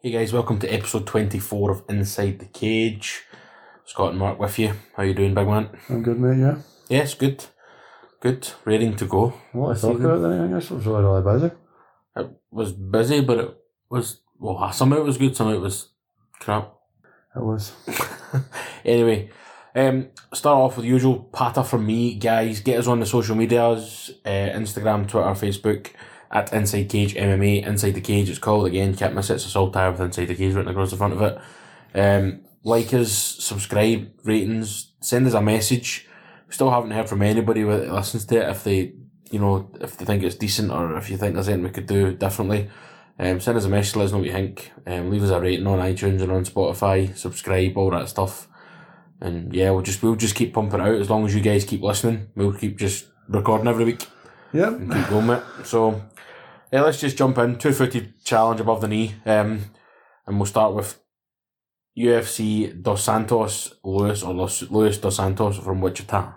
Hey guys, welcome to episode 24 of Inside the Cage. Scott and Mark with you. How you doing, big man? I'm good, mate. Yeah. Yes, good. Good. Raring to go. What I This thought evening. about anything? I guess it was really, really busy. It was busy, but it was, well, some of it was good, some of it was crap. It was. anyway, um, start off with the usual patter from me, guys. Get us on the social medias, uh, Instagram, Twitter, Facebook, at Inside Cage MMA, Inside the Cage. It's called again. Can't miss it. It's a salt tire with Inside the Cage written across the front of it. Um, like us, subscribe, ratings, send us a message. We still haven't heard from anybody that listens to it. If they, you know, if they think it's decent or if you think there's anything we could do differently. Um, send us a message, let us know what you think. Um, leave us a rating on iTunes and on Spotify. Subscribe, all that stuff. And yeah, we'll just we'll just keep pumping it out as long as you guys keep listening. We'll keep just recording every week Yep. and keep going with it. So yeah, let's just jump in. Two footed challenge above the knee. Um, and we'll start with UFC Dos Santos Luis or Los, Luis Dos Santos from Wichita.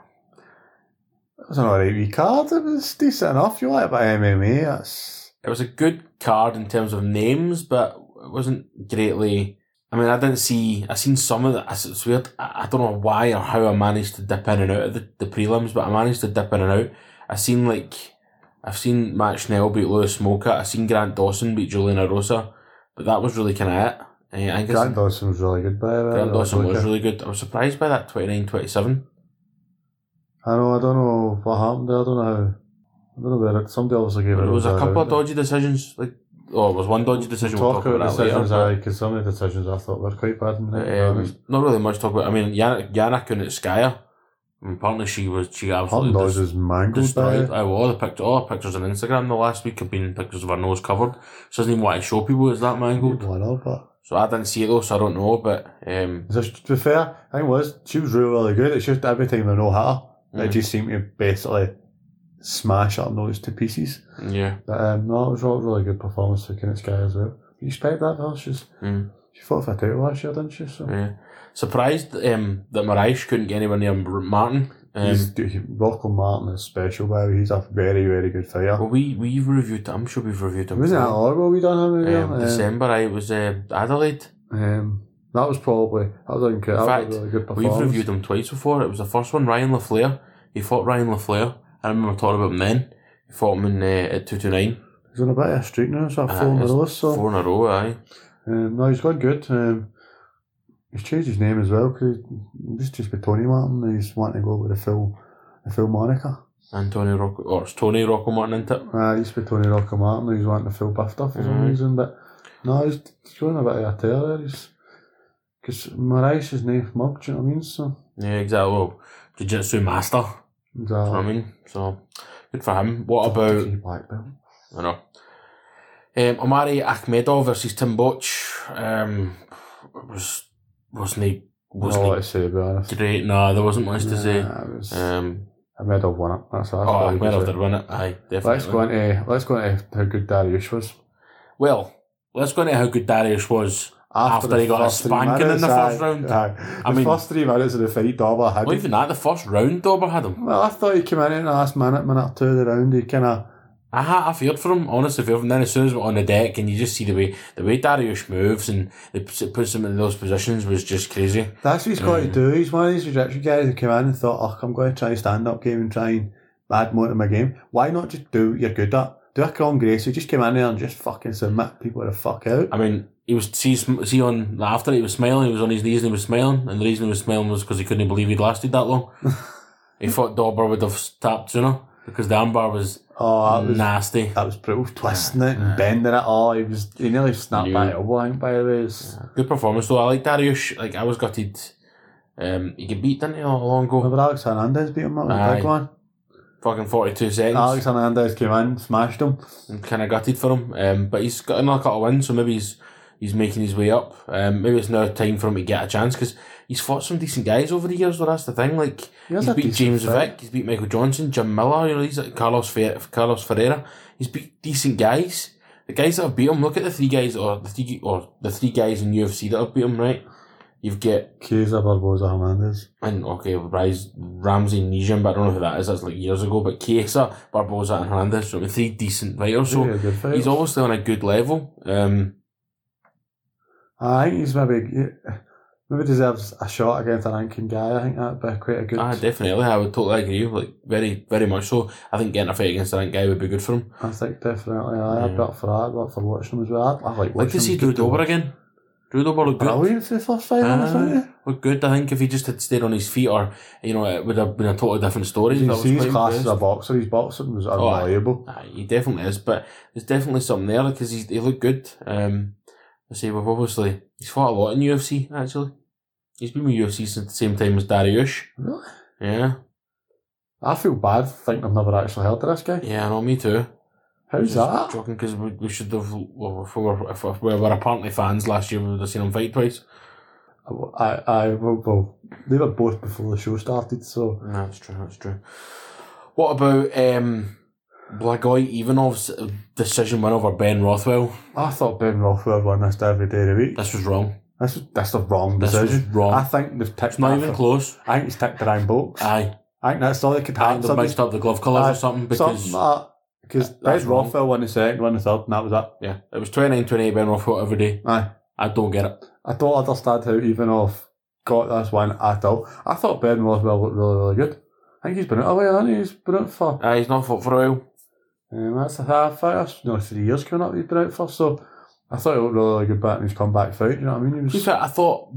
It was an alright wee card. It was decent enough. You like it by MMA? That's It was a good card in terms of names, but it wasn't greatly. I mean, I didn't see. I seen some of the. It's it's weird. I, I don't know why or how I managed to dip in and out of the, the prelims, but I managed to dip in and out. I seen like, I've seen Matt Schnell beat Lewis Smoker. I seen Grant Dawson beat Julian Rosa, but that was really kind of it. Eh, I think it's- Grant Dawson was really good by the way. Grant Dawson was Like, really good. I was surprised by that 29-27. I know. I don't know what happened there. I don't know how. I don't know where it. Somebody obviously gave it. There was a bad couple of out. dodgy decisions. Like, oh, it was one dodgy decision. We'll Talk talk about about that later. decisions, uh, but- aye, because some of the decisions I thought were quite bad. In it, Um, not really much to talk about. I mean, Yana, Yana Kunitskaya. I mean, apparently she was she Hot absolutely dogs des- is mangled by destroyed. it. I all the pictures, all the pictures on Instagram the last week have been pictures of her nose covered. She doesn't even want to show people it's that mangled. One up, but So I didn't see it though, so I don't know. But um, Is this, to be fair, I think it was she was really, really good. It's just every time they know her, they Mm. just seem to basically smash her nose to pieces. yeah, But um, no, it was a really good performance for Kenneth Guy as well. You expect that though? She's Mm. she fought for a title last year, didn't she? So yeah. Surprised um, that Moraes couldn't get anywhere near Martin. Um, he's, he, Rocco Martin is special. By the way, he's a very, very good fighter. well, we we reviewed. I'm sure we've reviewed him. Wasn't that before. long ago we done him? um, again? December. I it was uh, Adelaide. um, um, that was probably that was, inc- that fact, was a really good We've performance. reviewed him twice before. It was the first one, Ryan LaFleur. He fought Ryan LaFleur. I remember talking about him then. He fought him in, uh, at 229. He's on a bit of a streak now, so I've Ah, flown the it's roast. So Four in a row, aye. Um, no, he's gone good. Um, he's changed his name as well because he's just with Tony Martin. and He's wanting to go with the full, the full moniker. And Tony Rocco, or it's Tony Rocco Martin, isn't it? Uh, he used to be Tony Rocker Martin. and He's wanting the full buffed up for some Mhm. reason, but no, he's, he's going a bit of a tear there. He's because Marais is named Mug. Do you know what I mean? So Yeah, exactly. Well, Jiu Jitsu master. he's You know what I a mean? So, good for him. What about, He's a black belt. I know. Um, Omari Akhmedov versus Tim Botch. Um, was, wasn't he, Not a wasn't lot to say about he it. great? No, there wasn't much to say. Nah, it was, Um, I made have won it. That's all. oh, I've got to Akhmedov say. did win it. Aye, definitely. Let's go into let's go into how good Darius was Well, let's go into how good Darius was. After he the got a first three spanking in the minutes, first aye, round. aye. I the mean- first three minutes of the fight, Dauber had Well, it. even that, the first round, Dauber had him. Well, I thought he came in in the last minute, minute two of the round. He kind of I, ha- I feared for him, honestly feared for him. Then as soon as we're on the deck and you just see the way the way Darius moves and it puts it puts him in those positions was just crazy. that's what he's got Mm. to do. He's one of these rejection guys who came in and thought, "Oh, I'm going to try stand up game and try and add more to my game." Why not just do what you're good at? Do a Con Grace who just came in there and just fucking submit people the fuck out. I mean, he was see sm- see on after he was smiling, he was on his knees and he was smiling, and the reason he was smiling was because he couldn't believe he'd lasted that long. he thought Dauber would have tapped sooner because the armbar was Oh, that was nasty. that was brutal, twisting it and bending it. Oh, he was he nearly snapped Knew. by it. elbow. I think, by the way, it's, Good performance though. I like Darius. Like I was gutted. Um, he got beat, didn't he, not long ago? remember Alex Hernandez beat him up with the Aye. big one. Fucking forty two seconds. Alex Hernandez came in, smashed him. and kind of gutted for him. Um, but he's got another couple of wins, so maybe he's he's making his way up. Um, maybe it's now time for him to get a chance because he's fought some decent guys over the years. Though that's the thing, like He has he's a beat decent James fight. Vick, he's beat Michael Johnson, Jim Miller, you know, he's like Carlos Fer- Carlos Ferreira. He's beat decent guys. The guys that have beat him, look at the three guys or the three or the three guys in UFC that have beat him, right? You've got Kaiser Barbosa Hernandez. and okay, Rise Ramsey Nijin, but I don't know who that is. That's like years ago. But Chiesa, Barbosa, and Hernandez, so I mean, three decent fighters. So Yeah, good fight. he's obviously on a good level. Um, I think he's maybe maybe deserves a shot against a ranking guy. I think that'd be quite a good. Ah, definitely. I would totally agree. Like very, very much so. I think getting a fight against the rank guy would be good for him. I think definitely. I, I'd Yeah. be up for that. I'd be up for watching him as well. I, I like watching. Like to see Drew Dober again. Drew Dober looked good. Brilliant for the first five minutes, Ah. wasn't he? Looked good. I think if he just had stayed on his feet, or you know, it would have been a totally different story. Did I you was see his quite class as impressed. a boxer? His boxing was Oh, aye. unbelievable. Aye, he definitely is, but there's definitely something there because he he looked good. Um, I say we've obviously he's fought a lot in UFC actually. He's been with UFC since the same time as Dariush. Really? Yeah, I feel bad thinking I've never actually heard of this guy. yeah, I know me too. How's that? Joking because we, we should have well, if we were if we were apparently fans last year we would have seen him fight twice. I, I, well, well, they were both before the show started, so No, that's true. That's true. What about um, Blagoy Ivanov's decision win over Ben Rothwell? I thought Ben Rothwell won this every day of the week. This was wrong. That's that's the wrong This was decision. wrong. I think they've ticked. it's not that even for- close. I think it's ticked the wrong box. I, Aye, think that's all they could I have. think they've mixed up the glove colours Aye, or something because Something like because that's Ben Rothwell won the second, won the third, and that was it. yeah, it was 29-28 Ben Rothwell every day. Aye. I don't get it. I don't understand how even off got this one at all. I thought Ben Rothwell looked really, really good. I think he's been out a while, hasn't he? He's been out for Aye, he's not fought for a while. um, that's a half fight. That's no three years coming up. He's been out for so. I thought he looked really, really good back in his comeback fight. You know what I mean? He was, To be fair, I thought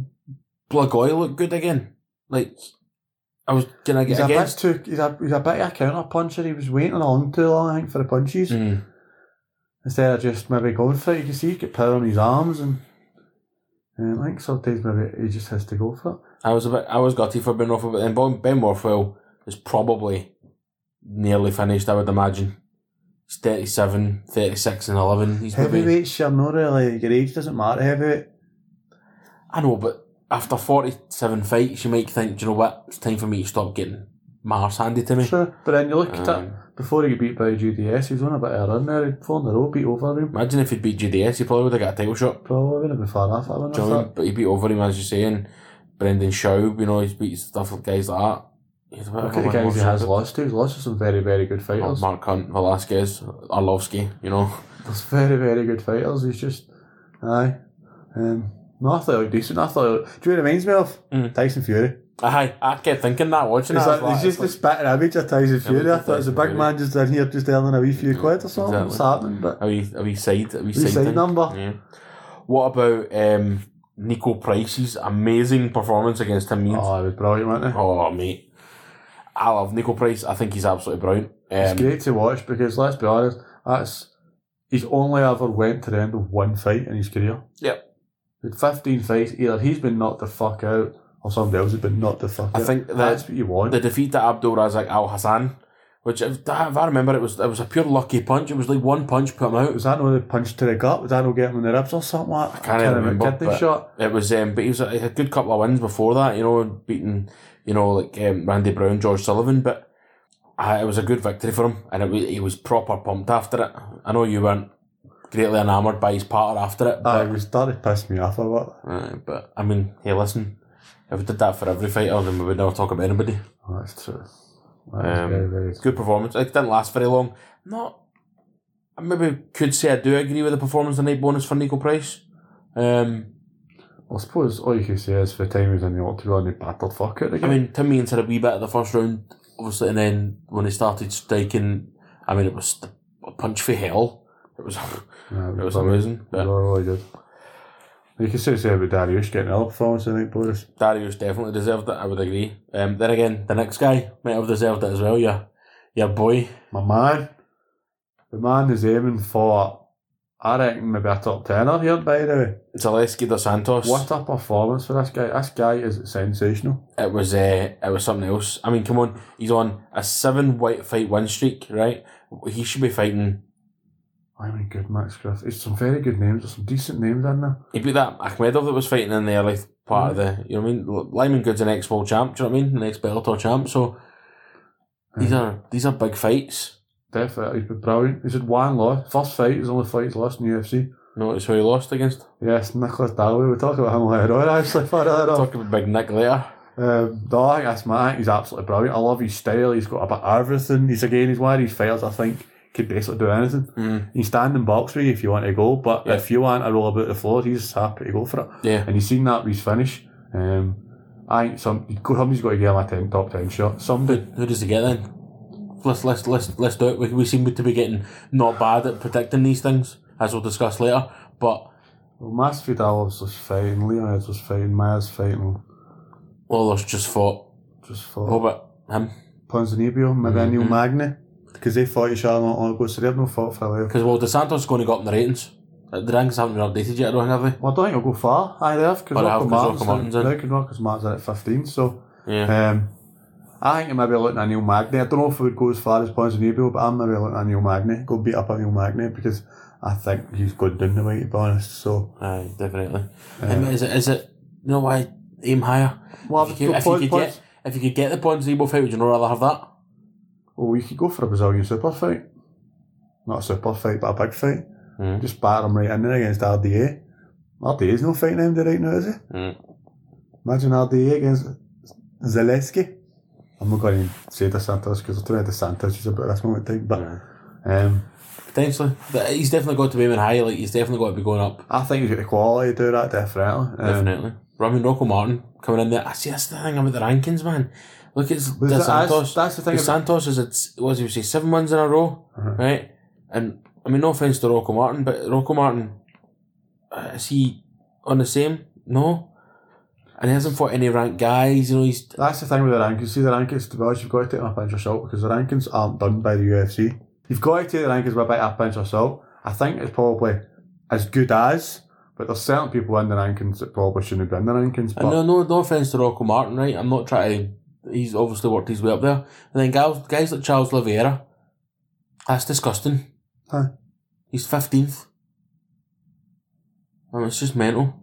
Blagoy looked good again. Like I was gonna he's get a bit against. too. He's a he's a bit of a counter puncher. He was waiting on too long, I think, for the punches. Mm, instead of just maybe going for it. You can see he get power on his arms, and um, I think sometimes maybe he just has to go for it. I was a bit. I was gutty for Ben Rothwell, but then Ben- Ben Rothwell is probably nearly finished. I would imagine. He's 37, 36 and eleven. He's maybe. Heavyweight, sure, not really. Your age doesn't matter. Heavyweight. I know, but after forty-seven fights, you might think, Do you know what? It's time for me to stop getting my arse handed to me. Sure, but then you look at it Um, before he got beat by GDS. He's on a bit of a run now. He'd Four in a row, beat over him. imagine if he'd beat GDS, he probably would have got a title shot. Probably wouldn't have been far off. I wouldn't Do you have know what I mean? thought. But he beat over him, as you say, and Brendan Schaub, you know, he's beat stuff with guys like that. He's a bit Look of at a the guys he workhorse. has lost to. He's lost to some very, very good Oh, fighters. Mark Hunt, Velasquez, Arlovsky, you know. There's very, very good fighters. He's just, aye. Um, no, I thought he looked decent. I thought, he looked- do you know what it reminds me of? Mm. Tyson Fury. Aye, I kept thinking that, watching It's, that. I was like, like, it's just a spitting image of Tyson Fury. I it's thought it was a Tyson big Fury. man just in here just earning a wee few quid or something. Exactly. What's happening? But a wee, a wee side, a wee, wee side, side thing. number. Yeah. What about um, Nico Price's amazing performance against Tamid? Oh, Oh, it was brilliant, wasn't it? mate. I love Nico Price. I think he's absolutely brilliant. It's Um, great to watch because let's be honest, that's he's ah, only ever went to the end of one fight in his career. Yep. With fifteen fights, either he's been knocked the fuck out or somebody else has been knocked the fuck I out. think that that's what you want. the defeat to Abdul Razak Al Hassan, which if, if I remember, it was it was a pure lucky punch. It was like one punch put him out. was that no punch to the gut? Was that no getting in the ribs or something like that? can't remember, Kidney but- shot. It was, um, but he was he had a good couple of wins before that, you know, beating you know like um, Randy Brown, George Sullivan, but. Uh, it was a good victory for him, and it was, he was proper pumped after it. I know you weren't greatly enamoured by his partner after it, Aye, but, Ah, it was started pissing me off a lot. uh, but I mean, hey, listen, if we did that for every fighter, then we would never talk about anybody. Oh, that's true. That's Um, very, very Good performance. It didn't last very long. Not, I maybe could say I do agree with the performance the night bonus for Nico Price. Um, I suppose all you can say is for the time he was in the octagon, he battered fuck out I again. mean, Tim Means had a wee bit of the first round, obviously, and then when he started striking, I mean, it was st- a punch for hell. It was it yeah, it was was really, amazing. But really good. You can still say about Darius getting another performance tonight, Boris. Darius definitely deserved it. I would agree. Um, then again, the next guy might have deserved it as well. Yeah, your boy. My man, the man is aiming for, I reckon, maybe a top tenner here, by the way. Zaleski dos Santos. What a performance for this guy. This guy is sensational. It was uh, it was something else. I mean, come on, he's on a seven white fight win streak, right? He should be fighting. I mean, good Max Griff. It's some very good names. There's some decent names in there. He beat that Akhmedov that was fighting in the early part of the. You know what I mean? L- Lyman Good's an ex world champ. Do you know what I mean? An ex Bellator champ. So these are these are big fights. Definitely, he's been brilliant. He's had one loss. First fight, his only fight he's lost in the UFC. Notice who he lost against. Yes, Nicholas Dalby. We'll talk about him later on, actually. uh, Far later on. Talking about Big Nick later. Um, no, I think that's my. I think he's absolutely brilliant. I love his style. He's got about everything. He's again. He's one of these fighters. I think could basically do anything. Mm. He's standing box with you if you want to go, but Yeah. if you want to roll about the floor, he's happy to go for it. Yeah. And he's seen that with his finish. Um, I think some somebody's got to get him a ten, top ten shot. Who, Somebody. who does he get then? Let's let's let's let's do it. We, we seem to be getting not bad at predicting these things, as we'll discuss later. But Well, Masvidal was fighting, Leonidas was fighting, Maz fighting, Lawler's just fought. just for What about him? Ponzinibbio, maybe a Neil Mhm. Magny, because they fought each other not long ago, so they've not fought for a while. Because well, DeSantos going to go up in the ratings. Uh, The rankings haven't been updated yet, I don't think, have Well, I don't think it'll go far. Aye, they have, because But they have, Rocco 'cause Martin's Rocco Martin's in. now, because Rocco Martin's in at 15, so... they? Yeah. Um, I think it might be looking at Neil Magny. I don't know if it would go as far as Ponzinibbio, but I'm maybe looking at Neil Magny. Go beat up a Neil Magny, because I think he's good down the way, to be honest, so... Aye, definitely. Um, Um, is it is it you know why aim higher? well, If you could, if you could get if you could get the Ponzinibbio fight, would you not rather have that? Well, we could go for a Brazilian super fight. Not a super fight, but a big fight. Dus Mm. Just batter him right in there against E. RDA. RDA's no fighting him right now, is he? Mm. Imagine RDA E against Zaleski. I'm not going to say DeSantis because I don't know DeSantis is about this moment in time, but um, Potentially, but he's definitely got to be aiming higher. Like he's definitely got to be going up. I think he's got the quality to do that, definitely. Um, Definitely. But I mean, Rocco Martin coming in there. I see that's the thing about the rankings, man. Look, it's but De that's- Santos. that's the thing De about Santos is it's what did you say seven wins in a row, Mhm. right? And I mean, no offense to Rocco Martin, but Rocco Martin uh, is he on the same? No, and he hasn't fought any ranked guys. You know, he's That's the thing with the rankings. See, the rankings, to be honest, you've got to take them a pinch of salt because the rankings aren't done by the UFC. You've got to take the rankings with a bit of a pinch of salt. I think it's probably as good as, but there's certain people in the rankings that probably shouldn't be in the rankings. And But no, no, no offense to Rocco Martin, right? I'm not trying to. He's obviously worked his way up there. And then guys, guys like Charles Oliveira, that's disgusting. Huh. He's fifteenth. I mean, it's just mental.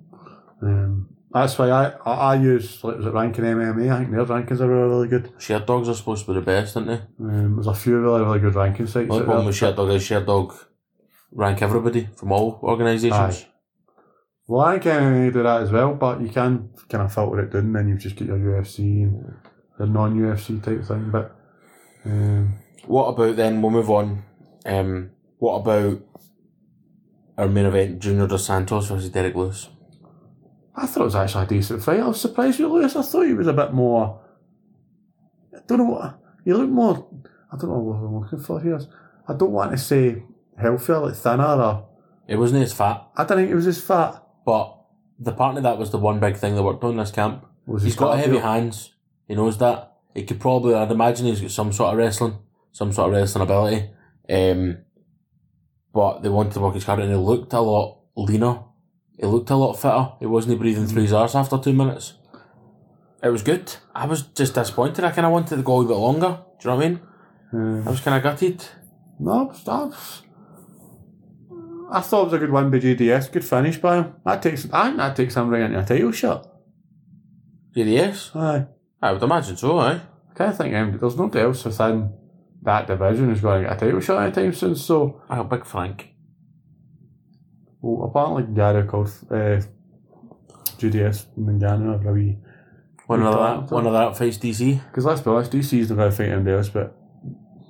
um, that's why I, I, I use, like, was it ranking MMA? I think their rankings are really, really good. Sheer dogs are supposed to be the best, aren't they? Um, there's a few really, really good ranking sites. The only out problem there. with sheer dog is sheer dog rank everybody from all organisations. Well, I can uh, do that as well, but you can kind of filter it down, then you've just got your UFC and your non UFC type thing. But um, What about then? We'll move on. Um, what about our main event? Junior Dos Santos versus Derek Lewis. I thought it was actually a decent fight. I was surprised with Lewis. I thought he was a bit more. I don't know what. He looked more. I don't know what I'm looking for here. I don't want to say healthier, like thinner, or. It wasn't as fat, I don't think he was as fat. but the part of that was the one big thing they worked on in this camp. Was He's got heavy cardio? hands. He knows that. He could probably, I'd imagine, he's got some sort of wrestling, some sort of wrestling ability. Um, but they wanted to work his cardio, and he looked a lot leaner. He looked a lot fitter. He wasn't breathing through his arse after two minutes. It was good. I was just disappointed. I kind of wanted to go a wee bit longer. Do you know what I mean? Um, I was kind of gutted. no, that's. I thought it was a good one by GDS. Good finish by him. That takes. I think that takes him right into a title shot. GDS? Aye. I would imagine so, eh? I kind of think um, there's nobody else within that division who's going to get a title shot anytime soon. So. Oh, Big Frank. Well, apparently Gary called uh, GDS Mangano over a wee. One of Big that, Frank. one of that face DC. Because let's be honest, DC's not going to fight anybody else, but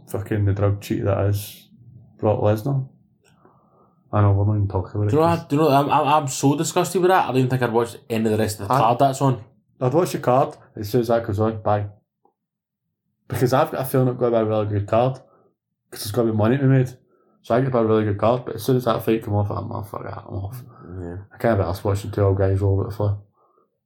fucking the drug cheat that is Brock Lesnar. I know, we're not even talking about Do you it. know? 'cause- I, do you know? I'm, I'm, I'm so disgusted with that. I don't even think I'd watch any of the rest of the I- card that's on. I'd watch your card as soon as that goes on, bye. Because I've got a feeling it's going to be a really good card, because there's going to be money to be made. So I get a really good card, but as soon as that fight come off, I'm off, fuck that, I'm off. Yeah. I can't be asked watching two old guys roll about the floor.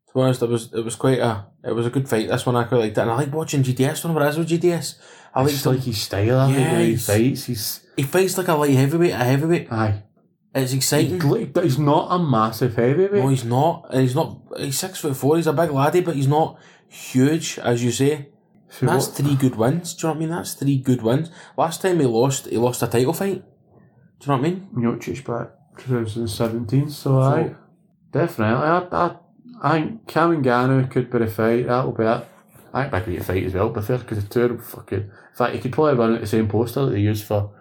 To be honest, it was it was quite a it was a good fight. This one I quite liked it, and I like watching GDS. Whenever it is with GDS, I I like just like him. his style, I think, the way he Yes. fights, he's, He fights like a light heavyweight, a heavyweight. aye. It's He exciting. gl- He's not a massive heavyweight. No, he's not, and he's not. He's six foot four. He's a big laddie, but he's not huge, as you say. So And that's what- three good wins. Do you know what I mean? That's three good wins. Last time he lost, he lost a title fight. Do you know what I mean? Miocic back 2017, so I definitely. I, I, I think Cam and Gano could be a fight. That'll be it. I think that could be a fight as well, but fair because the two of them fucking. In fact, you could probably run out the same poster that they use for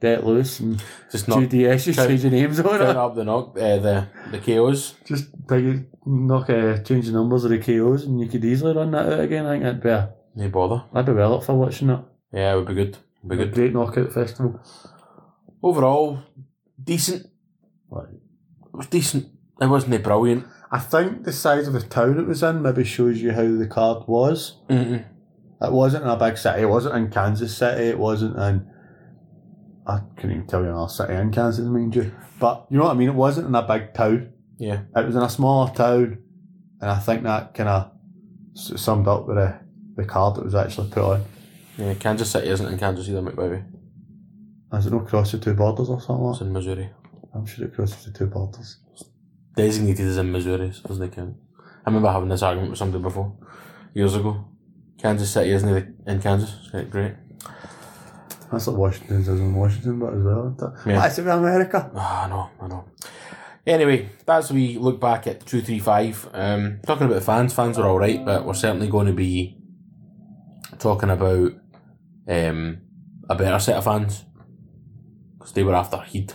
Dead Loose and Just not GDS. Just Count- change the names on putting it. up the knock, uh, the the KOs. Just take it, knock, uh, change the numbers of the KOs, and you could easily run that out again. I think that'd be. A, No bother. I'd be well up for watching it. Yeah, it would be good. Be good. Great knockout festival. Overall, decent. Right. It was decent. It wasn't brilliant. I think the size of the town it was in maybe shows you how the card was. Mm-mm. It wasn't in a big city. It wasn't in Kansas City. It wasn't in. I couldn't even tell you another city in Kansas, mind you. But you know what I mean? It wasn't in a big town. Yeah. It was in a smaller town, and I think that kind of summed up with the, the card that was actually put on. Yeah, Kansas City isn't in Kansas either, McBowie. Is it not cross the two borders or something? like It's that? in Missouri. I'm sure it crosses the two borders. Designated as in Missouri, so it doesn't count. I remember having this argument with somebody before, years ago. Kansas City isn't it in Kansas. It's like, great. That's like Washington's is in Washington, but as well. Isn't it? Yeah. That's in America. Ah, I know, I know. Anyway, that's we look back at two three five. Um, talking about the fans, fans were all right, but we're certainly going to be talking about um a better set of fans because they were after Heed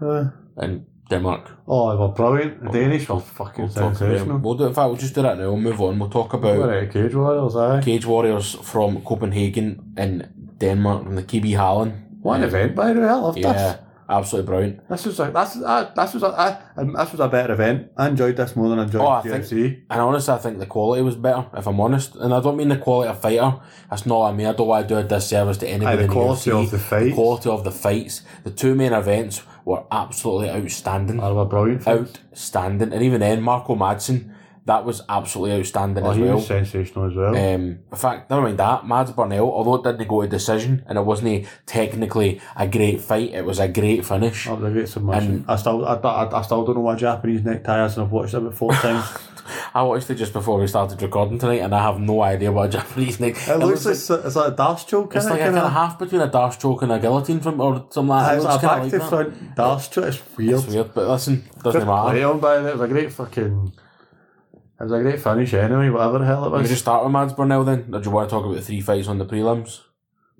Uh, in Denmark. oh, they were brilliant. The Danish were We'll fucking talk about them. sensational. We'll do. In fact, we'll just do that now. We'll move on. We'll talk about Alright, Cage Warriors, aye. Cage Warriors from Copenhagen in Denmark from the KB Hallen. What an Um, event, by the way. I loved Yeah, absolutely brilliant. this. This was a, that's, uh, this was a, uh, um, this was a better event. I enjoyed this more than I enjoyed Oh, I UFC. And honestly, I think the quality was better, if I'm honest. And I don't mean the quality of fighter. That's not what I mean. I don't want to do a disservice to anybody. Aye, the in quality UFC. of the fight. The quality of the fights. The two main events were absolutely outstanding. They were brilliant. fights. outstanding. And even then, Marco Madsen, that was absolutely outstanding Oh, as he well. was sensational as well. Um, in fact, never mind that, Mads Burnell, although it didn't go to decision and it wasn't technically a great fight, it was a great finish. that was a great submission. I still, I, I, I still don't know what Japanese necktie is, and I've watched it about four times. I watched it just before we started recording tonight and I have no idea what a Japanese name It looks like it's a- it's like a dash choke. It's isn't like it, a kind kinda? of half between a dash choke and a guillotine from or something like that. It It's looks a kinda back like to that. front dash choke. It's weird. It's weird, but listen, doesn't matter. Play on by it. It was a great fucking. It was a great finish anyway. Whatever the hell it Can we was. just start with Mads Burnell then? Or do you want to talk about the three fights on the prelims?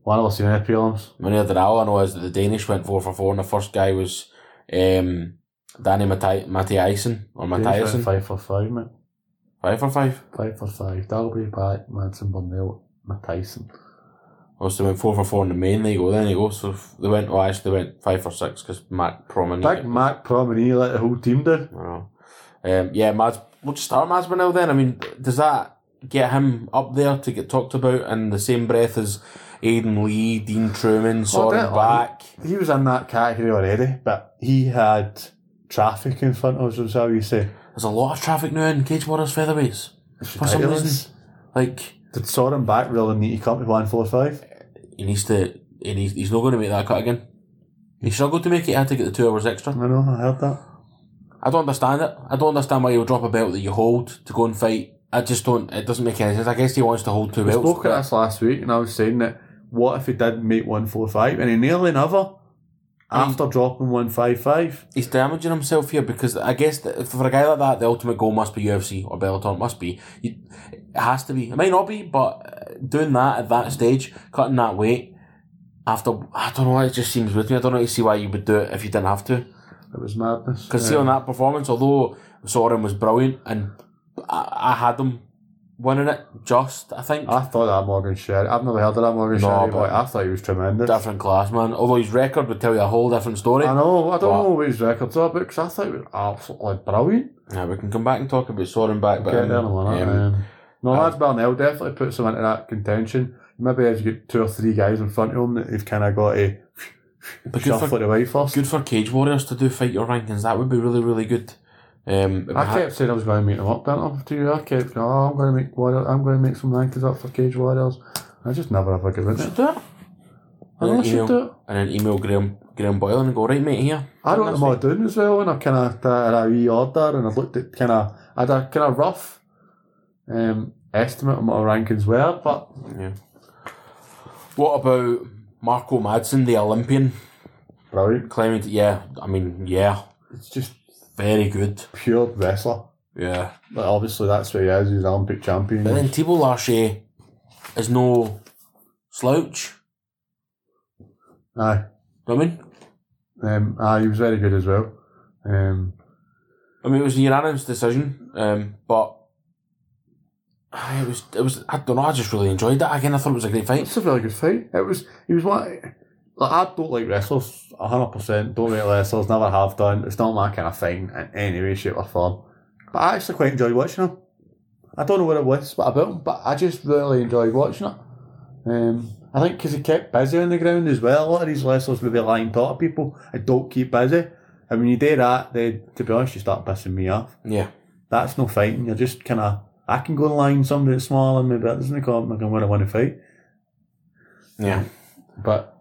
One of us in the prelims. Maria Dal, all I know is that the Danish went four for four and the first guy was um, Danny Matti- Mathiasen or Danish went Mathiasen. Five for five, mate. Five for five. Five for five. Dalby, Pat, Madsen, Burnell, Matthijsen. Obviously went four for four in the main. There you go. There you go. So f- they went. Well, actually, they went five for six because Matt Promin. Big Mac Promenade let the whole team down. I know. Um, yeah, Mads. We'll just start Mads Burnell then. I mean, does that get him up there to get talked about in the same breath as Aiden Lee, Dean Truman, Soren that- Back? He was in that category already, but he had traffic in front of us, was how you say. There's a lot of traffic now in Cage Warriors featherweights. For some Ridiculous. reason, like Did Soren back really need to come to one four five? he needs to. He needs, he's not going to make that cut again. He struggled to make it. He had to get the two hours extra. I know, I heard that. I don't understand it. I don't understand why you would drop a belt that you hold to go and fight. I just don't. It doesn't make any sense. I guess he wants to hold two We belts. spoke but at this last week, and I was saying that what if he did make one four five, and he nearly never after dropping one five five. He's damaging himself here because I guess that for a guy like that, the ultimate goal must be UFC or Bellator. It must be. You, it has to be. It might not be, but uh, doing that at that stage, cutting that weight after I don't know. It just seems with me. I don't know. You see why you would do it if you didn't have to. It was madness. Because see on that performance, although Soren was brilliant and I, I had him winning it, just I think. Uh, I thought that Morgan Sherry. I've never heard of that Morgan No, Sherry, but- but I thought he was tremendous. different class, man. Although his record would tell you a whole different story. I know. I don't But- know what his records are, but 'cause I thought he was absolutely brilliant. Yeah, we can come back and talk about Soren back, but Get um, there in a minute. um, um, no, um, lads, Barnell definitely puts him into that contention. Maybe if you get two or three guys in front of him that they've kind of got to but good shuffle for it away first. good for Cage Warriors to do fight your rankings. That would be really really good. Um, I kept saying I was going to make them up, didn't I? To you, I kept, oh, I'm going to make warrior, I'm going to make some rankings up for Cage Warriors. I just never ever give it. should do it. I know I should do it. And then email Graham Graham Boyle and go right mate here. I don't know what I'm doing as well, and I kind of had a wee order, and I looked at kind of, I had a kind of rough um, estimate on what our rankings were, but What about Marco Madsen, the Olympian, brilliant. claiming? To, yeah, I mean, yeah, It's just very good. pure wrestler. Yeah. Like, obviously, that's what he is, he's an Olympic champion. But then Thibault Larche is no slouch. Aye. You know what I mean? Um, aye, he was very good as well. Um, I mean, it was a unanimous decision, um, but aye, it was it was I don't know. I just really enjoyed that again. I thought it was a great fight. It's a really good fight. It was. He was one. Like I don't like wrestlers. hundred percent. Don't like wrestlers. Never have done. It's not my kind of thing in any way, shape, or form. But I actually quite enjoyed watching him. I don't know what it was but about him, but I just really enjoyed watching it. Um, I think because he kept busy on the ground as well. A lot of these wrestlers would be lying to other people. I don't keep busy. And when you do that, then to be honest, you start pissing me off Yeah, that's no fighting. You're just kind of, I can go and line somebody that's small and maybe that doesn't come I can win a one fight. yeah. But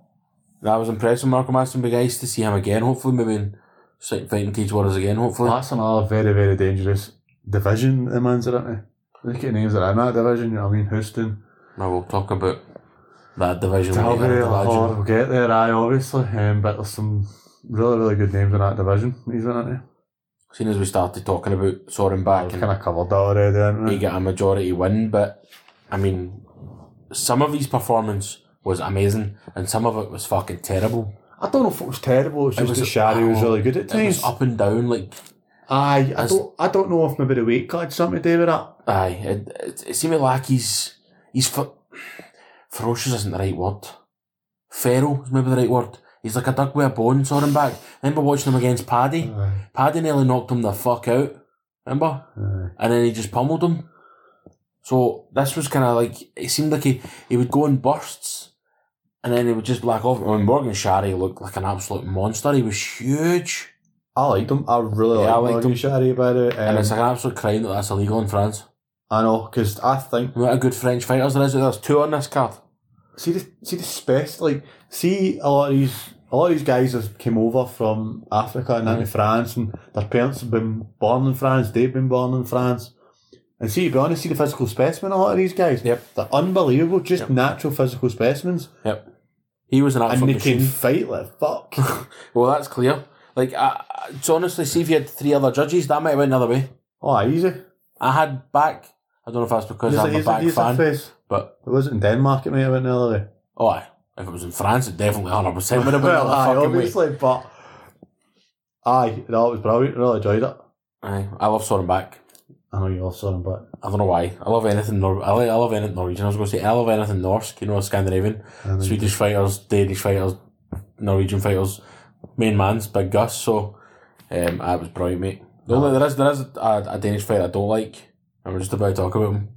I was impressed with Marco Madsen. Be nice to see him again. Hopefully, maybe in si- fighting Cage Warriors again. Hopefully, that's another very, very dangerous division the man's are in. Look at names that are in that division, you know what I mean? Houston. now we'll talk about that division. when we get to Calgary, that division. Lahore will get there, aye, obviously. Um, but there's some really, really good names in that division. He's in it. eh? Seeing as we started talking about Soren I've back, and kind of covered that already, haven't he I? got a majority win, but I mean, some of his performance was amazing, and some of it was fucking terrible. I don't know if it was terrible, it's It just was- that Shari was really good at It times. was up and down, like Aye, I as- don't, I don't know if maybe the weight cut had something to do with that. aye, it, it, it seemed like he's he's fe- ferocious isn't the right word. Feral is maybe the right word. He's like a duck with a bone. Soren back. remember watching him against Paddy. Aye. Paddy nearly knocked him the fuck out. Remember? Aye. and then he just pummeled him. So this was kind of like it seemed like he, he would go in bursts, and then he would just black off. I mean, Morgan Shari looked like an absolute monster. He was huge, I liked him. I really Yeah, I liked liked Morgan him. Shari about it. and it's like an absolute crime that that's illegal in France. Um, I know, because I think The amount of good French fighters there is. There's two on this card. see the see the space like see a lot of these a lot of these guys that came over from Africa and into France and their parents have been born in France, they've been born in France. And see, to be honest, see the physical specimen of a lot of these guys. Yep. They're unbelievable, just Yep. natural physical specimens. Yep, he was an and absolute they can machine. fight like fuck. Well, that's clear. Like, I, I, so honestly, see if you had three other judges, that might have went another way. oh easy. I had back. I don't know if that's because He's I'm a, a he's a, back he's a fan, face. but If It was not in Denmark, it might have been the other way. oh, aye. if it was in France, it definitely hundred percent would have been well, another aye, fucking way. obviously, but aye, that was brilliant. Really enjoyed it. Aye, I love Soren back. I know you all saw him, but I don't know why. I love anything Nor- I, like, I love anything Norwegian. I was going to say I love anything Norsk. You know, Scandinavian, I know you Swedish fighters, Danish fighters, Norwegian fighters, main man's Big Gus. So, um, I was brilliant, mate. The only, there is there is a, a Danish fighter I don't like, and we're just about to talk about him.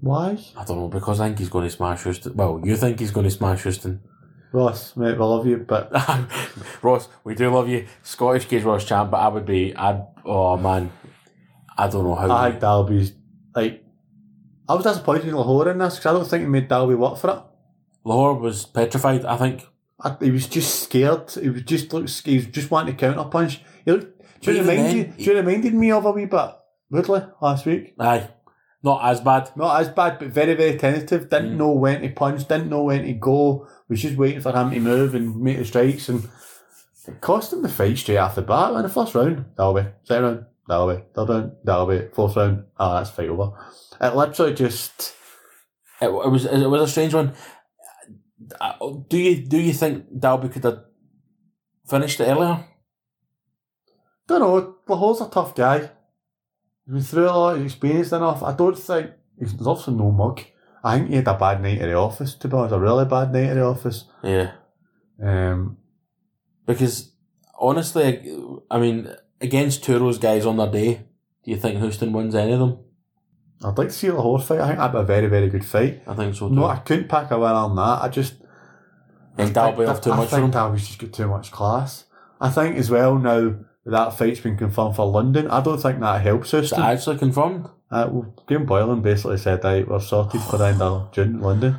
Why? I don't know because I think he's going to smash Houston. Well, you think he's going to smash Houston? Ross, mate, we love you, but Ross, we do love you, Scottish Cage Ross champ. But I would be, I'd, oh man, I don't know how. I think Dalby's like. I was disappointed in Lahore in this because I don't think he made Dalby work for it. Lahore was petrified. I think. I, he was just scared. He was just looked. sc- He was just wanting to counter punch. He looked. Do you But even remind you? then, Do you reminded me of a wee bit Woodley last week? Aye, not as bad. Not as bad, but very very tentative. Didn't know when to punch. Didn't know when to go. Was just waiting for him to move and make the strikes and. It cost him the fight straight off the bat in the first round. Dalby. Second round. Dalby. Third round. Dalby. Fourth round. Ah, that's fight over. It literally just. It, it was it was a strange one. Uh, Do you do you think Dalby could have finished it earlier? don't know. Lahore's a tough guy. He's been through a lot. He's experienced enough. I don't think he's there's also no mug. I think he had a bad night at the office. To be honest, a really bad night at the office. Yeah, Um, because honestly, I, I mean, against two of those guys on their day, do you think Houston wins any of them? I'd like to see a Lahore fight. I think that'd be a very, very good fight. I think so. Too. No, I couldn't pack a win on that. I just and Dalby off too I much for think him. Dalby's just got too much class. I think as well now that fight's been confirmed for London. I don't think that helps us. Is it actually confirmed? Uh, well, Graham Boylan basically said, "Right, we're sorted for the end of June, London."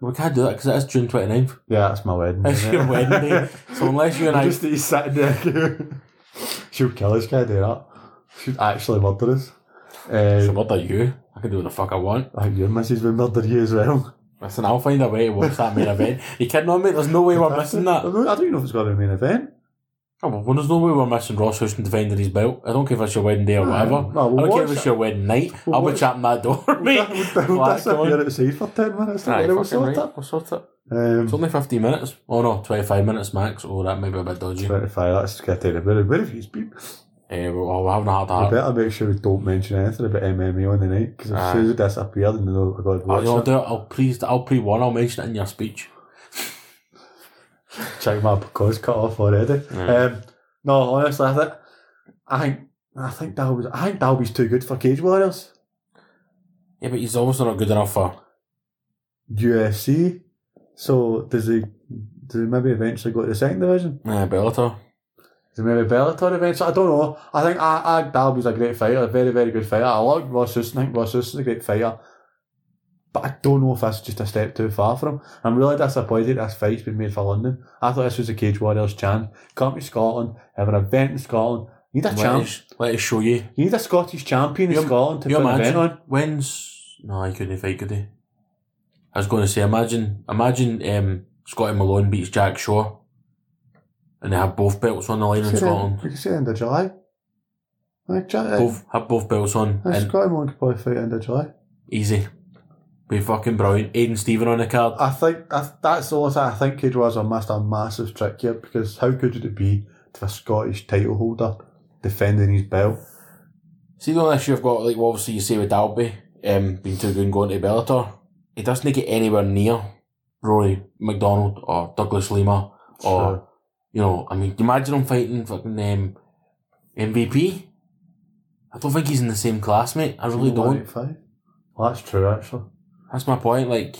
We can't do that because it is June 29th. Yeah, that's my wedding. It's isn't your it? wedding day. So unless you and I just he's sitting there. She'll kill us, can I do that? She'd actually murder us. So Um, what are you? I can do what the fuck I want. I think your missus would murder you as well. Listen, I'll find a way to watch that main event. You kidding on me? There's no way we're missing that. I don't, I don't know if it's going to be an event. Oh, well, there's no way we're missing Ross Houston defending his belt. I don't care if it's your wedding day or whatever. no, we'll I don't care watch if it's it. your wedding night. We'll I'll watch- be chatting that door, mate. We'll, we'll Black disappear on. outside for 10 minutes. Aye, Don't worry, we'll fucking sort right. it. We'll sort it. It's Um, only 15 minutes. Oh no, 25 minutes max. Oh, that may be a bit dodgy. 25, that's going to take a bit. Where have you been? Uh, we're, we're having a hard I time. better make sure we don't mention anything about MMA on the night because Aye. as soon as it disappeared, and know I got to I'll, I'll watch it. do it. I'll please. I'll pre one. I'll mention it in your speech. Check my cause cut off already. Yeah. Um, no, honestly, I think I think I think Dalby's I think Dalby's too good for cage warriors. Yeah, but he's obviously not good enough for. UFC. So does he? Does he maybe eventually go to the second division? Uh, Bellator. Does he maybe Bellator eventually? I don't know. I think I, I Dalby's a great fighter, a very very good fighter. I like Ross Houston. I think Ross Houston's a great fighter. But I don't know if that's just a step too far for him. I'm really disappointed this fight's been made for London. I thought this was the Cage Warriors' chance. Come to Scotland, have an event in Scotland. You need a Let champ. us, let us show you. You need a Scottish champion in You're- Scotland to You put an event on. imagine when's no, he couldn't fight, could he? I was going to say, imagine, imagine um, Scotty Malone beats Jack Shaw, and they have both belts on the line in Say the- Scotland. We could say end of July. Like, Ju- Both have both belts on, uh, and Scotland one could probably fight end of July. easy. Be fucking brilliant. Aiden Stephen on the card. I think I, that's the only thing I think Cage Warriors are missed a massive trick here because how good would it be to a Scottish title holder defending his belt? See the only issue I've got, like well, obviously you say with Dalby, um, being too good and going to Bellator, he doesn't get anywhere near Rory McDonald or Douglas Lima or Sure. you know, I mean, imagine him fighting fucking um, MVP. I don't think he's in the same class, mate. I really don't. 185. Well, that's true actually. That's my point. Like,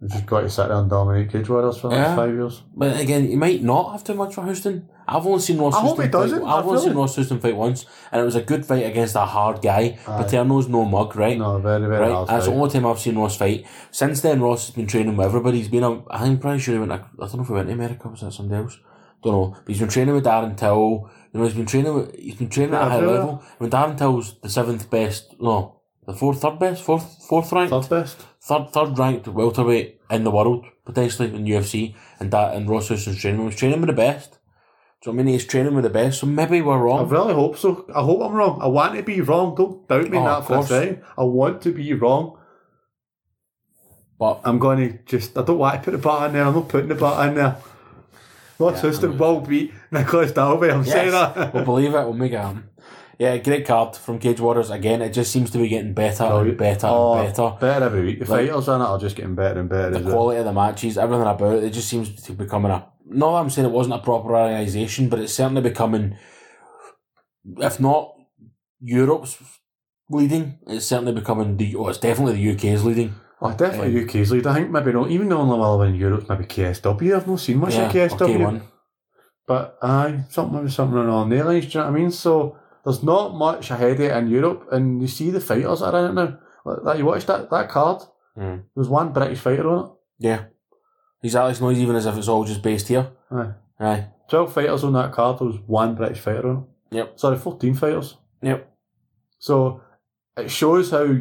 We just got to sit there and dominate Cage Warriors for the Yeah. next five years. but again, he might not have too much for Houston. I've only seen Ross I hope Houston. he doesn't. Fight, I I've only really- seen Ross Houston fight once, and it was a good fight against a hard guy. Aye. Paterno's no mug, right? No, very very Right, hard. that's the fight. only time I've seen Ross fight. Since then, Ross has been training with everybody. He's been, um, I'm pretty sure he went, I don't know if he went to America, was that somebody else? Don't know. But he's been training with Darren Till. You know, he's been training with, he's been training at a high Everywhere. level. When Darren Till's the seventh best, no, the fourth, third best, fourth, fourth ranked, Third best. third, third ranked welterweight in the world, potentially in UFC. And that, and Ross Houston's training with him. He's training with the best. So I mean, he's training with the best. So maybe we're I wrong. really hope so. I hope I'm wrong. I want to be wrong. Don't doubt me Oh, in of that for a course. second. I want to be wrong. But I'm going to just. I don't want to put the bat in there. I'm not putting the bat in there. Ross Yeah, Houston will beat Nicholas Dalby. I'm saying that. we'll believe it. We'll make it happen. Yeah, great card from Cage Warriors again. It just seems to be getting better and Brilliant. better Oh, and better. Better every week. The Like- fighters in it are just getting better and better. The is it? quality of the matches, everything about it, it just seems to be becoming a. Not that I'm saying it wasn't a proper organisation, but it's certainly becoming, if not Europe's leading, it's certainly becoming the. Oh, it's definitely the UK's leading. Oh, definitely UK's lead. I think maybe not. Even the only level in Europe maybe KSW. I've not seen much of yeah, KSW. okay, one. But aye, something with something on the lines, do you know what I mean? So there's not much ahead of it in Europe, and you see the fighters that are in it now. Like, that- you watched that, that card? Mm. There was one British fighter on it. Yeah. Exactly. It's not even as if it's all just based here. Aye. Aye. 12 fighters on that card, there was one British fighter on it. Yep. Sorry, 14 fighters. Yep. So it shows how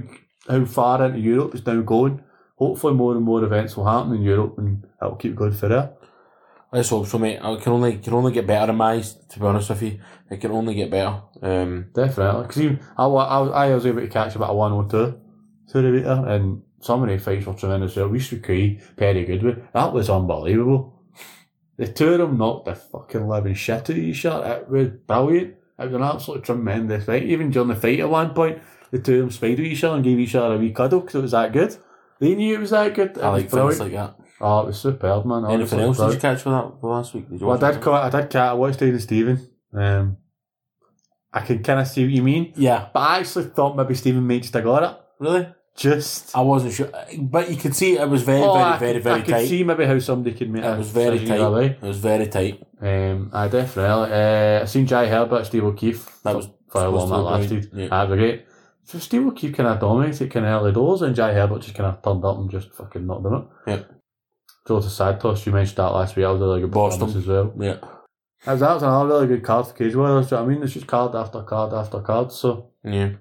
how far into Europe it's now going. Hopefully, more and more events will happen in Europe and it'll keep going for there. Let's hope so, mate. I can only can only get better in my eyes. To be honest with you, it can only get better. Um, Definitely. Because I, wa- I, was- I was able to catch about a 102 through the meter, and some of the fights were tremendous. there. Reese McCree, Perry Goodwin, that was unbelievable. The two of them knocked the fucking living shit out of each other. It was brilliant. It was an absolute tremendous fight. Even during the fight at one point, the two of them spied at each other and gave each other a wee cuddle because it was that good. They knew it was that good. It I like was things brilliant. like that. oh, it was superb, man. Anything Honestly, else did you brilliant. catch for that for last week? Did you Well, I watch did. it? Call, I did. Cat. I watched Aiden Stephen. Um, I can kind of see what you mean. Yeah, But I actually thought maybe Stephen Mead just got it. really. Just I wasn't sure, but you could see it was very, Oh, very, I very, could- very I could tight. see maybe how somebody could make It a was very decision tight. either way. It was very tight. Um, I definitely. Uh, I seen Jai Herbert, Steve O'Keefe. That was for how long that supposed to be lasted. brilliant, That was great. So Steve O'Keefe kind of dominated kind of early doors, and Jai Herbert just kind of turned up and just fucking knocked him out. Yeah. Jota Santos, you mentioned that last week. I was a really good Boston. performance as well. Yeah, That was, that was another really good card for Cage Warriors. Do you know what I mean? It's just card after card after card. So yeah,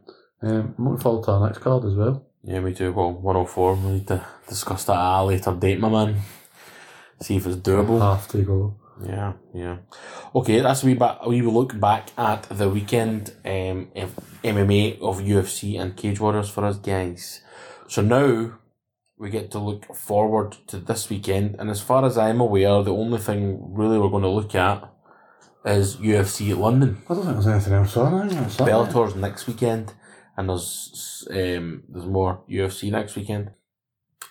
um, I'm looking forward to our next card as well. yeah. Me too. Well, one hundred four. We need to discuss that at a later date, my man. See if it's doable. Have to go. Yeah, yeah. Okay, that's a wee back. We will look back at the weekend um of MMA of UFC and Cage Warriors for us guys. So now we get to look forward to this weekend, and as far as I'm aware, the only thing really we're going to look at is UFC at London. I don't think there's anything else on. I think that's it. Bellator's next weekend, and there's um, there's more UFC next weekend.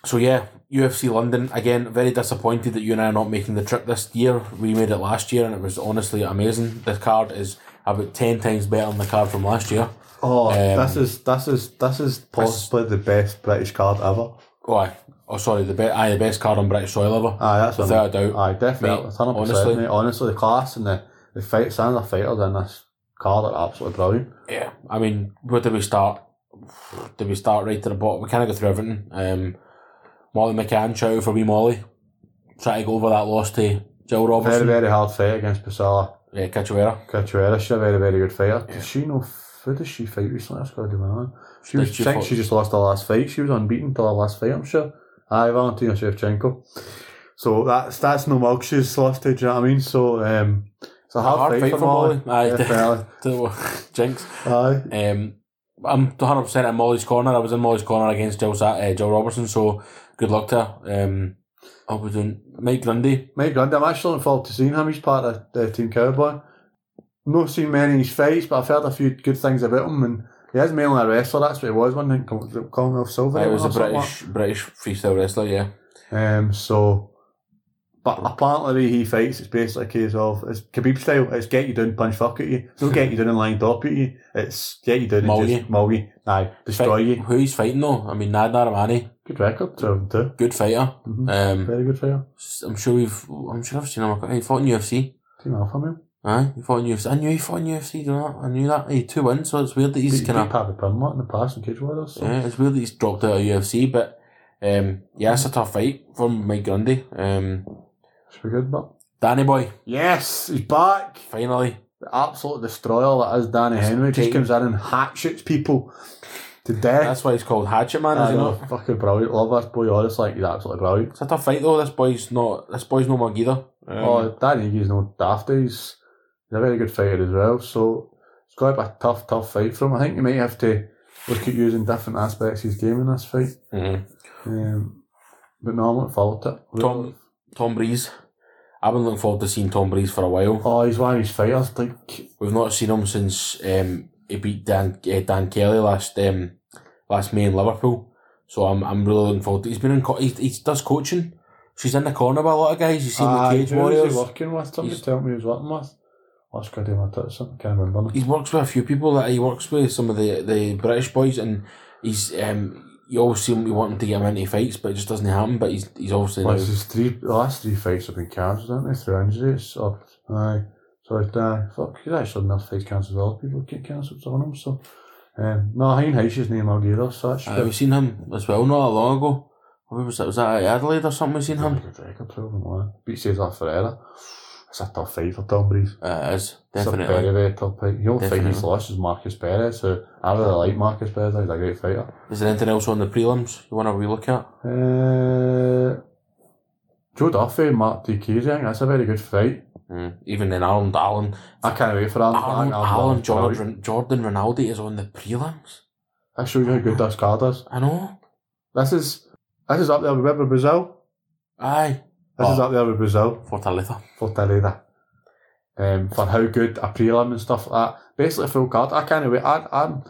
So yeah, UFC London again. Very disappointed that you and I are not making the trip this year. We made it last year, and it was honestly amazing. The card is about ten times better than the card from last year. Oh, Um, this is this is this is possibly the best British card ever. Oh, aye. oh sorry, the be- aye, the best card on British soil ever. Aye, that's what Without I a mean. doubt. Aye, definitely. Mate, 100%, honestly. mate. honestly, the class and the, the fight standard of fighters in this card are absolutely brilliant. yeah, I mean, where do we start? Do we start right to the bottom? We kind of go through everything. Um, Molly McCann, shout out for wee Molly. Try to go over that loss to Jill Very, Robertson. very hard fight against Priscilla Yeah, Cachuera. Cachuera. She's a very, very good fighter. Did she know who did she fight recently? That's gotta be my man. She was, Did she I think fight- she just lost her last fight. She was unbeaten till her last fight, I'm sure. Aye, Valentina Shevchenko. So that's that's no milk she's lost to, do you know what I mean? So um it's a hard, fight, for Molly. Aye, Definitely. to- jinx. Aye. Um, I'm 100% in Molly's corner. I was in Molly's corner against Jill, Sa- uh, Jill Robertson, so good luck to her. Um, I'll be doing Mike Grundy. Mike Grundy, I'm actually looking forward to seeing him. He's part of uh, Team Cowboy. Not seen many of his fights, but I've heard a few good things about him. And he is mainly a wrestler. That's what he was. One thing, Com- Commonwealth Silver. I he was a or something British British freestyle wrestler, yeah. like- Um. So, but apparently he fights. It's basically a case of it's Khabib style. It's get you down, punch fuck at you. It's not get you down and line up at you. It's get you down Maul and you. just maul you. Aye, destroy Fight- you. Who he's fighting though? I mean, Nad Naramani, Good record, two and 2 good fighter. Mm-hmm. Um, Very good fighter. I'm sure we've. I'm sure I've seen him. He fought in UFC. Team Alpha Male. Aye, he fought in UFC. I knew he fought in UFC. Do you know that? I knew that. He had two wins, so it's weird that he's Beat- kind beat of. Paddy Pimblett in the past in Cage Warriors. So. Yeah, it's weird that he's dropped out of UFC, but um, yeah, it's a tough fight for Mike Grundy. Um, Should be good, but. Danny Boy, Yes, he's back. finally. The absolute destroyer that is Danny Henry just take- comes in and hatchets people to death. That's why he's called Hatchet Man, I isn't know, it? fucking brilliant. Love this boy, honestly, like, he's absolutely brilliant. It's a tough fight though. This boy's not. This boy's no mug either. Um, oh, Danny Higgins no daft. He's, he's a very good fighter as well. So it's got to be a tough, tough fight for him. I think you might have to look at using different aspects of his game in this fight. mhm. Um, but no, I'm looking forward to it. Tom- Tom Breeze. I've been looking forward to seeing Tom Breeze for a while. Oh, he's one of these fighters. Like, We've not seen him since um, he beat Dan uh, Dan Kelly last um, last May in Liverpool. So I'm I'm really looking forward. To, he's been in co- he, he does coaching. She's in the corner with a lot of guys. You've seen Aye, the Cage Ah, who was he Warriors. working with? Somebody He's- tell me who he was working with. Let's go do my touch. I can't remember. now. He works with a few people that he works with. Some of the, the British boys and he's um, you always seem to want him to get him into fights, but it just doesn't happen. But he's he's obviously Well, now- it's his three, the last three fights have been cancelled, haven't they? Through injuries. So, aye. So, it's, uh, fuck, he's actually enough fights cancelled. All people get cancelled on him. So, um, no, he and Heish is name I'll give us. So, that's Uh, we seen him as well not that long ago. Where was that? Was that at Adelaide or something? We seen him. good record, probably. man. Beat Cesar Ferreira. It's a tough fight for Tom Breeze. Uh, it is It's a definitely. very, very tough fight. The only fight he's Definitely. lost is Marcus Perez, who I really like Marcus Perez. He's a great fighter. Is there anything else on the prelims you want to relook at? Uh, Joe Duffy, Mark DK, I think that's a very good fight. Mm. Even then, Alan Allen, I can't wait for that. Alan, Alan Jordan, Jordan Rinaldi is on the prelims. I show you how good this card is. I know. This is this is up there with River Brazil. Aye, This is Oh. up there with Brazil Fortaleza. for Tereda. Um, for how good a prelim and stuff like that. Basically, a full card. I can't wait. I I'm,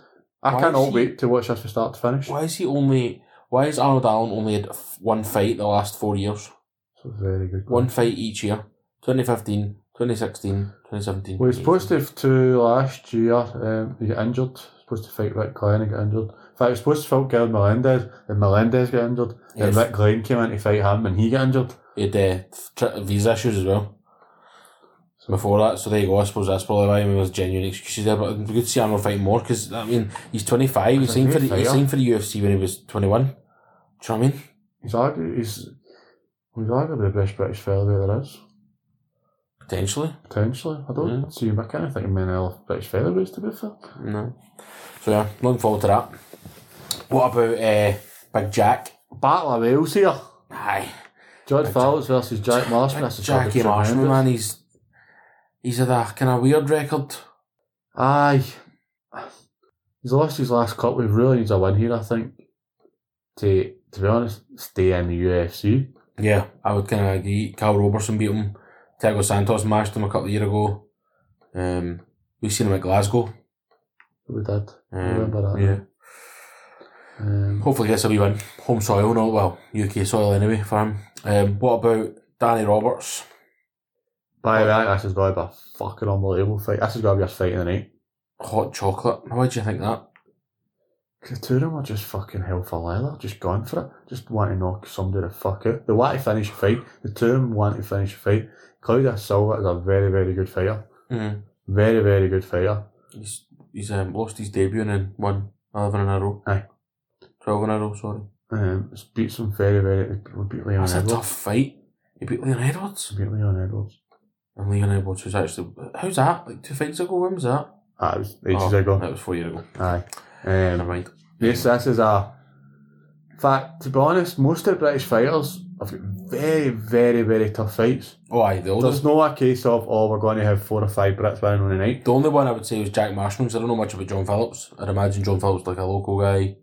I Why is cannot he- wait to watch this from start to finish. Why is he only? Why is Arnold Allen only had f- one fight the last four years? It's a very good. One fight each year. 2015, 2016, 2017. Well, he's supposed to have two last year. Um, he got injured. Supposed to fight Rick Glenn and got injured. In fact, he was supposed to fight Gil Melendez, and Melendez got injured. And Yes. Rick Glenn came in to fight him, and he got injured. He had uh, tr- visa issues as well. Before that, so there you go. I suppose that's probably why I mean, there's genuine excuses there. But it'd be good to see Arnold fighting more because I mean he's 25. He He's a signed for great the, he fighter. signed for the UFC when he was 21. Do you know what I mean? He's arguably he's he's arguably the best British featherweight there is. Potentially. Potentially, I don't see him. I can't think of many other British featherweights to be fair. No. So yeah, looking forward to that. What about uh, Big Jack? Battle of Wales here. Aye. George Fowles versus Jack Marshman. That's a Jackie fucking Marshman, tremendous. man, he's he's had a kind of weird record. Aye. He's lost his last cup. We really needs a win here, I think. To to be honest, stay in the UFC. Yeah, I would kind of agree. Carl Robertson beat him. Tego Santos mashed him a couple of years ago. Um, we've seen him at Glasgow. We did. Um, Remember that. Yeah. Um, Hopefully gets a wee win. Home soil, no, well, UK soil anyway for him. Um, what about Danny Roberts? by the way, this is going to be a fucking unbelievable fight. This is going to be a fight of the night. Hot chocolate. Why do you think that? 'Cause the two of them are just fucking hell for leather, just going for it, just want to knock somebody the fuck out. They want to finish the fight. The two of them want to finish the fight. Claudia Silva is a very, very good fighter. Mm. Very, very good fighter. He's he's um, lost his debut and then won 11 in a row. Aye. 12 in a row, sorry. Um, it's beat some very, very beat Leon That's a Edwards. tough fight. He beat Leon Edwards. Beat Leon Edwards. And Leon Edwards was actually. How's that? Like two fights ago? When was that? That Ah, was ages Oh, ago. That was four years ago. Aye. Never Um, mind. yes, this is a in fact. To be honest, most of the British fighters have got very, very, very tough fights. Oh, aye, the oldest. There's no a case of oh, we're going to have four or five Brits winning on the night. The only one I would say was Jack Marshall, 'cause I don't know much about John Phillips. I'd imagine John Phillips like a local guy.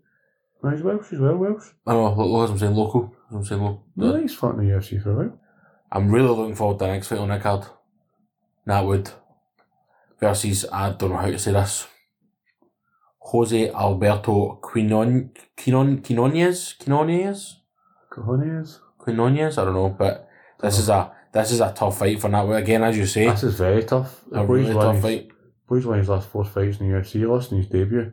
No, he's Welsh as well. Welsh. I don't know, lo- as I'm saying, local. As I'm saying, local. No, he's fought in the UFC for a while. I'm really looking forward to the next fight on that card. Nat Wood versus, I don't know how to say this, Jose Alberto Quinon, Quinon, Quinonez? Quinonez? Cojones. Quinonez? I don't know, but this is a this is a tough fight for Nat Wood. Again, as you say, This is very tough. a Boy's really won tough his- fight. Boy's won his last four fights in the UFC. He lost in his debut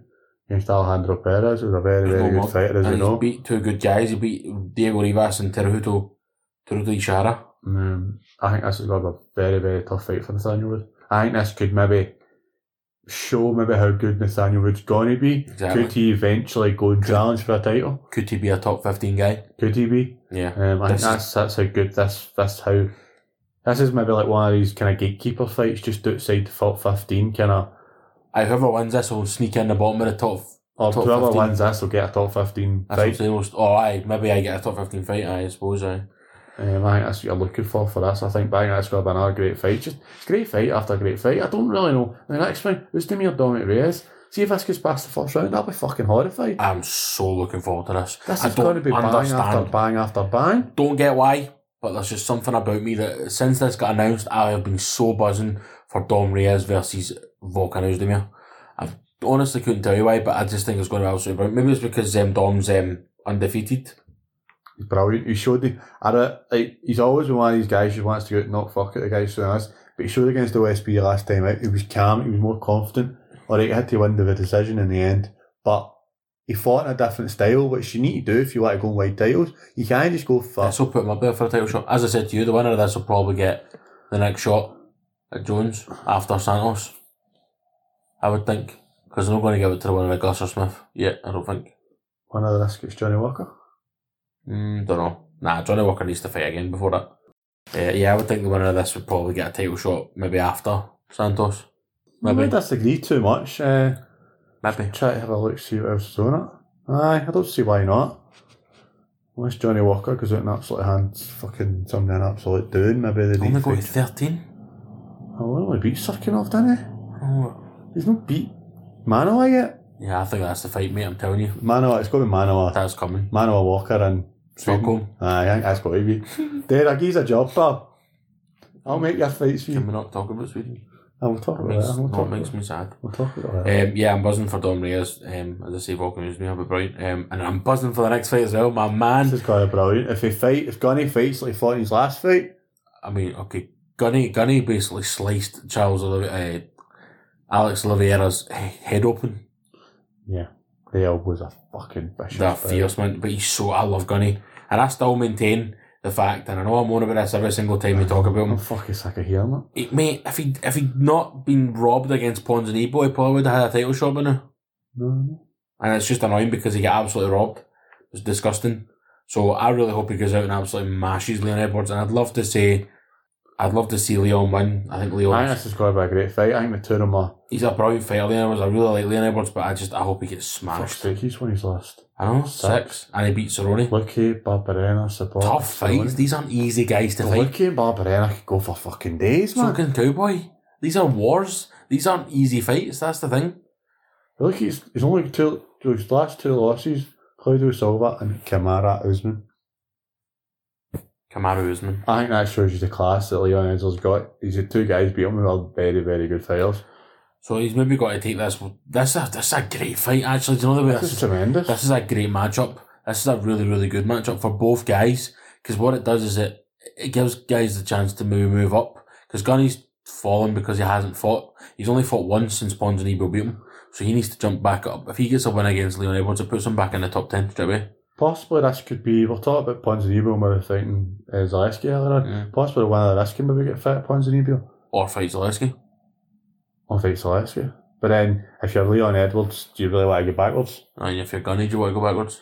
against Alejandro Perez. He was a very, very No good mug. fighter, as And you he's know. beat two good guys. He beat Diego Rivas and Teruto, Teruto Ishara. Um, I think this is going to be a very, very tough fight for Nathaniel Wood. I think this could maybe show maybe how good Nathaniel Wood's going to be. Exactly. Could he eventually go and challenge for a title? Could he be a top 15 guy? Could he be? Yeah. Um, I This think is- that's, that's how good this, that's how, this is maybe like one of these kind of gatekeeper fights just outside the top 15 kind of, I whoever wins this will sneak in the bottom of the top. or Top whoever 15. wins this will get a top 15 That's fight. what I'm saying. Oh, aye, maybe I get a top 15 fight, aye, I suppose. Aye. Um, I think that's what you're looking for for this. I think bang, that's going to be another great fight. Just it's great fight after great fight. I don't really know. The next one was Demir Dominic Reyes. See if this gets past the first round, I'll be fucking horrified. I'm so looking forward to this. This I is don't going to be bang after understand. bang after bang. Don't get why, but there's just something about me that since this got announced, I have been so buzzing for Dom Reyes versus Volkan Ozdemir. I honestly couldn't tell you why, but I just think it's going to be absolutely brilliant. Maybe it's because um, Dom's um, undefeated. He's brilliant. He showed the. I don't, like, he's always been one of these guys who wants to go out and knock fuck at the guys soon as. But he showed against the OSB last time out. He was calm. He was more confident. All right, he had to win the decision in the end, but. He fought in a different style, which you need to do if you want to go and win titles. You can't just go for This will put him up there for a title shot. As I said to you, the winner of this will probably get the next shot at Jones after Santos. I would think. Because they're not going to give it to the winner of Gus or Smith. Yeah, I don't think. one of the risks. It's Johnny Walker. Mm, don't know. Nah, Johnny Walker needs to fight again before that. Uh, yeah, I would think the winner of this would probably get a title shot maybe after Santos. I Maybe. don't disagree too much. Uh, Maybe. try to have a look, see what else is on it. Aye, I don't see why not. Unless Johnny Walker goes out and absolutely hands fucking something an absolute doing, maybe they Only need go to to. 13? Oh, we only beat Sirkinov, didn't he? Oh. He's not beat Manoa yet. Yeah, I think that's the fight, mate. I'm telling you. Manoa, it's got to be Manoa. That's coming. Manoa Walker and Stockholm. Aye, I think that's got to be. Derek, he's a job, pal. I'll make your fights for Can you. we not talk about Sweden? I will talk That about makes, that. We'll no, it talk about makes that. me sad. We'll talk about that. Um, yeah, I'm buzzing for Dom Reyes. Um, as I say, Vulcan is me, I'll be brilliant. Um, and I'm buzzing for the next fight as well, my This man. is going to be brilliant. If he fight, if Gunny fights like he fought in his last fight, I mean, okay, Gunny Gunny basically sliced Charles Olive- uh, Alex Oliveira's he- head open. Hale was a fucking eh? vicious That bird. fierce man, but he's so I love Gunny, and I still maintain the fact, and I know I'm on about this every single time we talk about I'm him. fucking sick of hearing it. It, mate, if he if he'd not been robbed against Pons and Ebo, he probably would have had a title shot by now. No, no. and it's just annoying because he got absolutely robbed. It's disgusting. So I really hope he goes out and absolutely mashes Leon Edwards. And I'd love to say, I'd love to see Leon win. I think I Leon, think this is going to be a great fight. I think the two of them are he's a brilliant fighter. Leon Edwards, I really like Leon Edwards, but I just I hope he gets fuck's smashed. sake, he's won his last. I know Six. six, and he beats Cerrone. Lucky, Barbarena, support. Tough fights. These aren't easy guys to fight. Lucky and Barbarena could go for fucking days, man. Fucking cowboy. These are wars. These aren't easy fights. That's the thing. Look, he's, he's only two, his last two losses, Claudio Silva and Kamara Usman. Kamaru Usman. I think that shows you the class that Leon Edwards got. He's had two guys beat him who are very, very good fighters. So he's maybe got to take this. This is a, this is a great fight, actually. Do you know the way This is this, tremendous. this is a great matchup. This is a really, really good matchup for both guys because what it does is it, it gives guys the chance to maybe move up because Gunny's fallen because he hasn't fought. He's only fought once since Pons and Ebro beat him. So he needs to jump back up. If he gets a win against Leon Edwards, it puts him back in the top 10 straight away. Possibly this could be, we'll talk about Ponzinibbio when we were fighting uh, Zaleski earlier on. Possibly one of this can maybe get fit, Ponzinibbio, Or fight Zaleski. or fight Zaleski. But then, if you're Leon Edwards, do you really want to go backwards? And if you're Gunny, do you want to go backwards?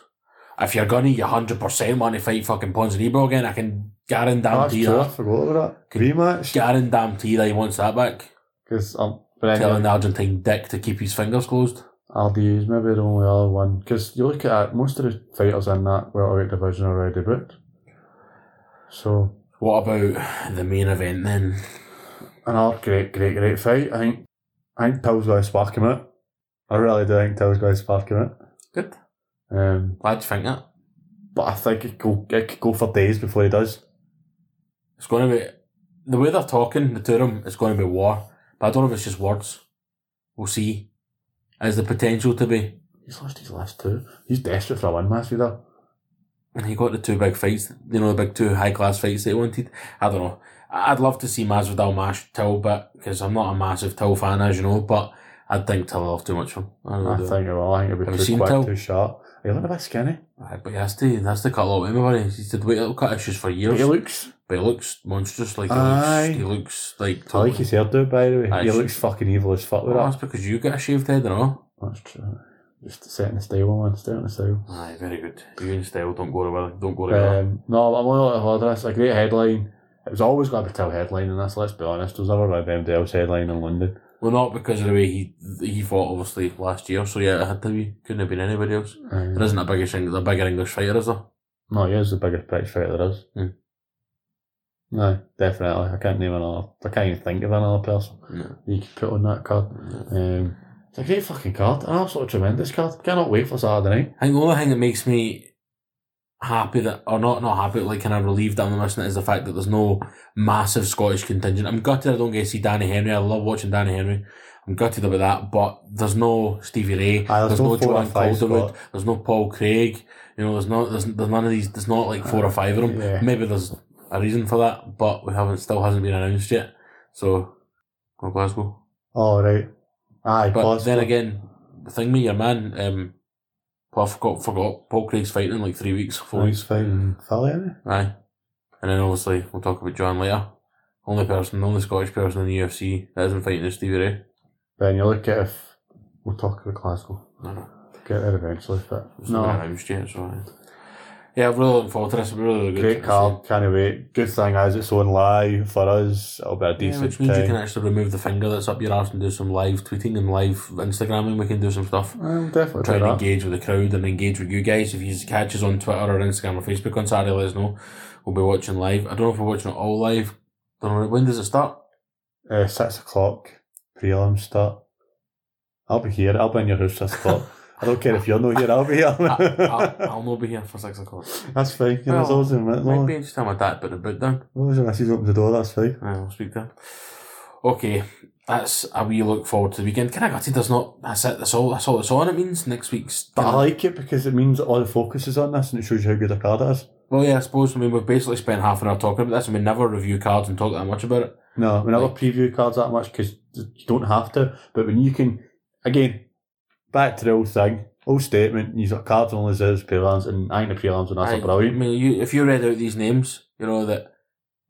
If you're Gunny, you 100% want to fight fucking Pons and Ebro again. I can guarantee true, I that. forgot about that. Could- Rematch? Guarantee that he wants that back. Because, um, but telling then, the Argentine dick to keep his fingers closed. RDU is maybe the only other one. Because you look at it, most of the fighters in that welterweight division are already booked. So, What about the main event then? another great, great, great fight. I think I think Till's going to spark him out. I really do think Till's going to spark him out. Good. Um, Why do you think that? but I think it go it could go for days before he does. It's going to be the way they're talking, the two of them. It's going to be war, but I don't know if it's just words. We'll see. Has the potential to be. He's lost his last two. He's desperate for a win, last either. And he got the two big fights, you know, the big two high class fights that he wanted. I don't know. I- I'd love to see Masvidal mash Till, but because I'm not a massive Till fan, as you know, but I think Till off too much for him. I, I really do. think it will. I think it'll Oh, Have be you too seen quick, Till? too sharp. He looked a bit skinny. Aye, but he has to, he has to cut a lot of weight, my buddy. He's had weight cut issues for years. He looks. But he looks monstrous. Like he Aye. looks, he looks like. I like his hairdo, by the way. Aye, he sure. looks fucking evil as fuck Well, with that. that's because you got a shaved head, and all. That's true. Just setting the style, man. Setting the style. Aye, very good. You and Style don't go together. Don't go together. Um, no, I'm not heard this. A great headline. It was always going to be Till headline in this. Let's be honest. There was never going to be anybody else headline in London. well, not because of the way he he fought, obviously last year. So yeah, it had to be. Couldn't have been anybody else. There Um, isn't a bigger Eng- a bigger English fighter, is there? no, he is the biggest British fighter there is. Mm. No, definitely. I can't name another. I can't even think of another person No. that you could put on that card. Um, it's a great fucking card. An absolutely tremendous card. Cannot wait for Saturday night. I think the only thing that makes me happy that, or not not happy, but like kind of relieved that I'm missing it is the fact that there's no massive Scottish contingent. I'm gutted I don't get to see Danny Henry. I love watching Danny Henry. I'm gutted about that, but there's no Stevie Ray. Aye, there's there's, no no four or Joanne five, Calderwood. Scott. There's no Paul Craig. You know, there's not there's, there's none of these. There's not like four or five of them. Yeah. Maybe there's a reason for that, but we haven't still hasn't been announced yet. So, go Glasgow. All right. Aye, But possible. then again, the thing with your man, um, well, I forgot, forgot Paul Craig's fighting in like three weeks, four Well, weeks. he's fighting Philly, isn't he? Aye. And then obviously we'll talk about John later. Only person, the only Scottish person in the UFC that isn't fighting is Stevie Ray. Then you look at if we'll talk about Glasgow. No, no, Get there eventually, but it's no. not been announced yet. So aye. yeah, I'm really looking forward to this. It'll be really, really good. Great card, can't wait. Good thing is it's on live for us. It'll be a Yeah, decent which means you time. can actually remove the finger that's up your arse and do some live tweeting and live Instagramming. We can do some stuff. I'll definitely Try and do that. engage with the crowd and engage with you guys. If you just catch us on Twitter or Instagram or Facebook on Saturday, let us know. We'll be watching live. I don't know if we're watching it all live. Don't know when does it start. Uh, six o'clock, prelim start. I'll be here. I'll be in your house six o'clock. I don't care if you're not here. I'll be here. I, I'll, I'll not be here for six o'clock. that's fine. You know, it's Well, always a minute Might long. be interesting with that bit of bit down. As long as your missus opens the door, that's fine. Aye, I'll speak to him. Okay, that's a wee look forward to the weekend. Can I gutted there's not that's it, that's all that's all it's on it means next week's But I like it because it means that all the focus is on this and it shows you how good a card it is. Well yeah, I suppose I mean we've basically spent half an hour talking about this and we never review cards and talk that much about it. No, we never Like- preview cards that much because you don't have to. But when you can, again, back to the old thing, old statement, you've got cards on reserves, prelims, and I think the prelims and that's Aye, are brilliant. I mean you if you read out these names, you know that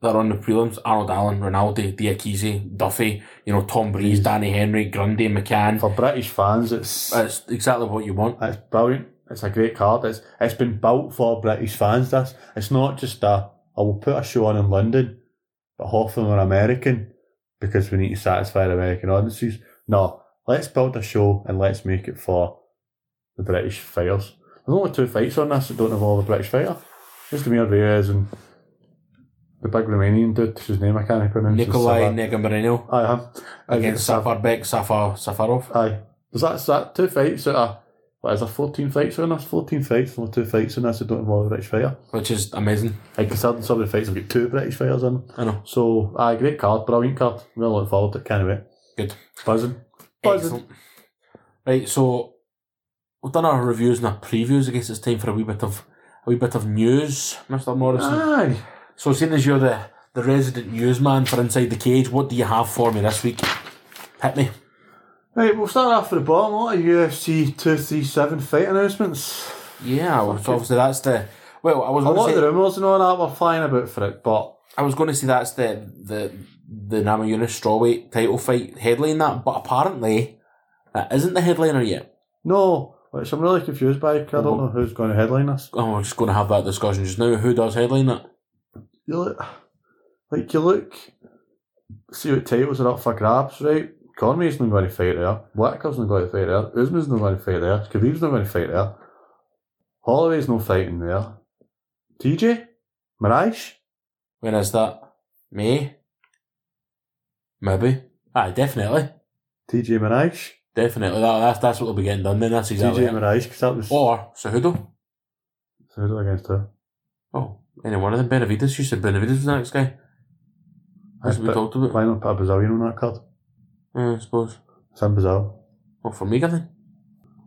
that are on the prelims, Arnold Allen, Ronaldo, Diakese, Duffy, you know, Tom Breeze, Breeze. Danny Henry, Grundy, McCann. For British fans, it's That's exactly what you want. it's brilliant. It's a great card. It's it's been built for British fans. This it's not just a I will put a show on in London, but hopefully we're American because we need to satisfy the American audiences. No, let's build a show and let's make it for the British fighters. There's only two fights on this that don't involve a British fighter. Just Demir Reyes and the big Romanian dude whose name I can't pronounce. is Nikolai Sava- Negamarino Aye, aye. against Safar Bek Safar Safarov. Aye. There's that, that two fights that are What is there, 14 fights on us? 14 fights, only two fights on us that don't involve a British fighter. which is amazing. And considering some of the fights have got two British fighters in them. I know. So, aye, great card, brilliant card. Really looking forward to it, can't wait. Good. Buzzing. Buzzing. Excellent. Right, so we've done our reviews and our previews. I guess it's time for a wee bit of a wee bit of news, Mr. Morrison. Aye. So seeing as you're the, the resident newsman for Inside the Cage, what do you have for me this week? Hit me. Right, we'll start off at the bottom. A lot of UFC 237 fight announcements. Yeah, well, so obviously that's the well. I was A going lot of to say, the rumours and all that were flying about for it, but I was going to say that's the the the Nama Yunus strawweight title fight headline that, but apparently that isn't the headliner yet. no, which I'm really confused by 'cause I don't know who's going to headline us. Oh, we're just going to have that discussion just now. Who does headline that? you look, like you look, see what titles are up for grabs, right? Conway's not going to fight there. Whitaker's not going to fight there. Usman's not going to fight there. Khabib's not going to fight there. Holloway's not fighting there. TJ, Mirage, When is that? May. Maybe. Ah, definitely, TJ Mirage, definitely. That, that's that's what will be getting done. Then that's exactly. TJ it. Oh. Mirage, because that was Or Cejudo. so who's it against her. Oh, any one of them. Benavides. You said Benavides was the next guy. That's what we But talked about. Why not put a Brazilian on that card? Yeah, I suppose. Sam Brazil. Well, for me, then.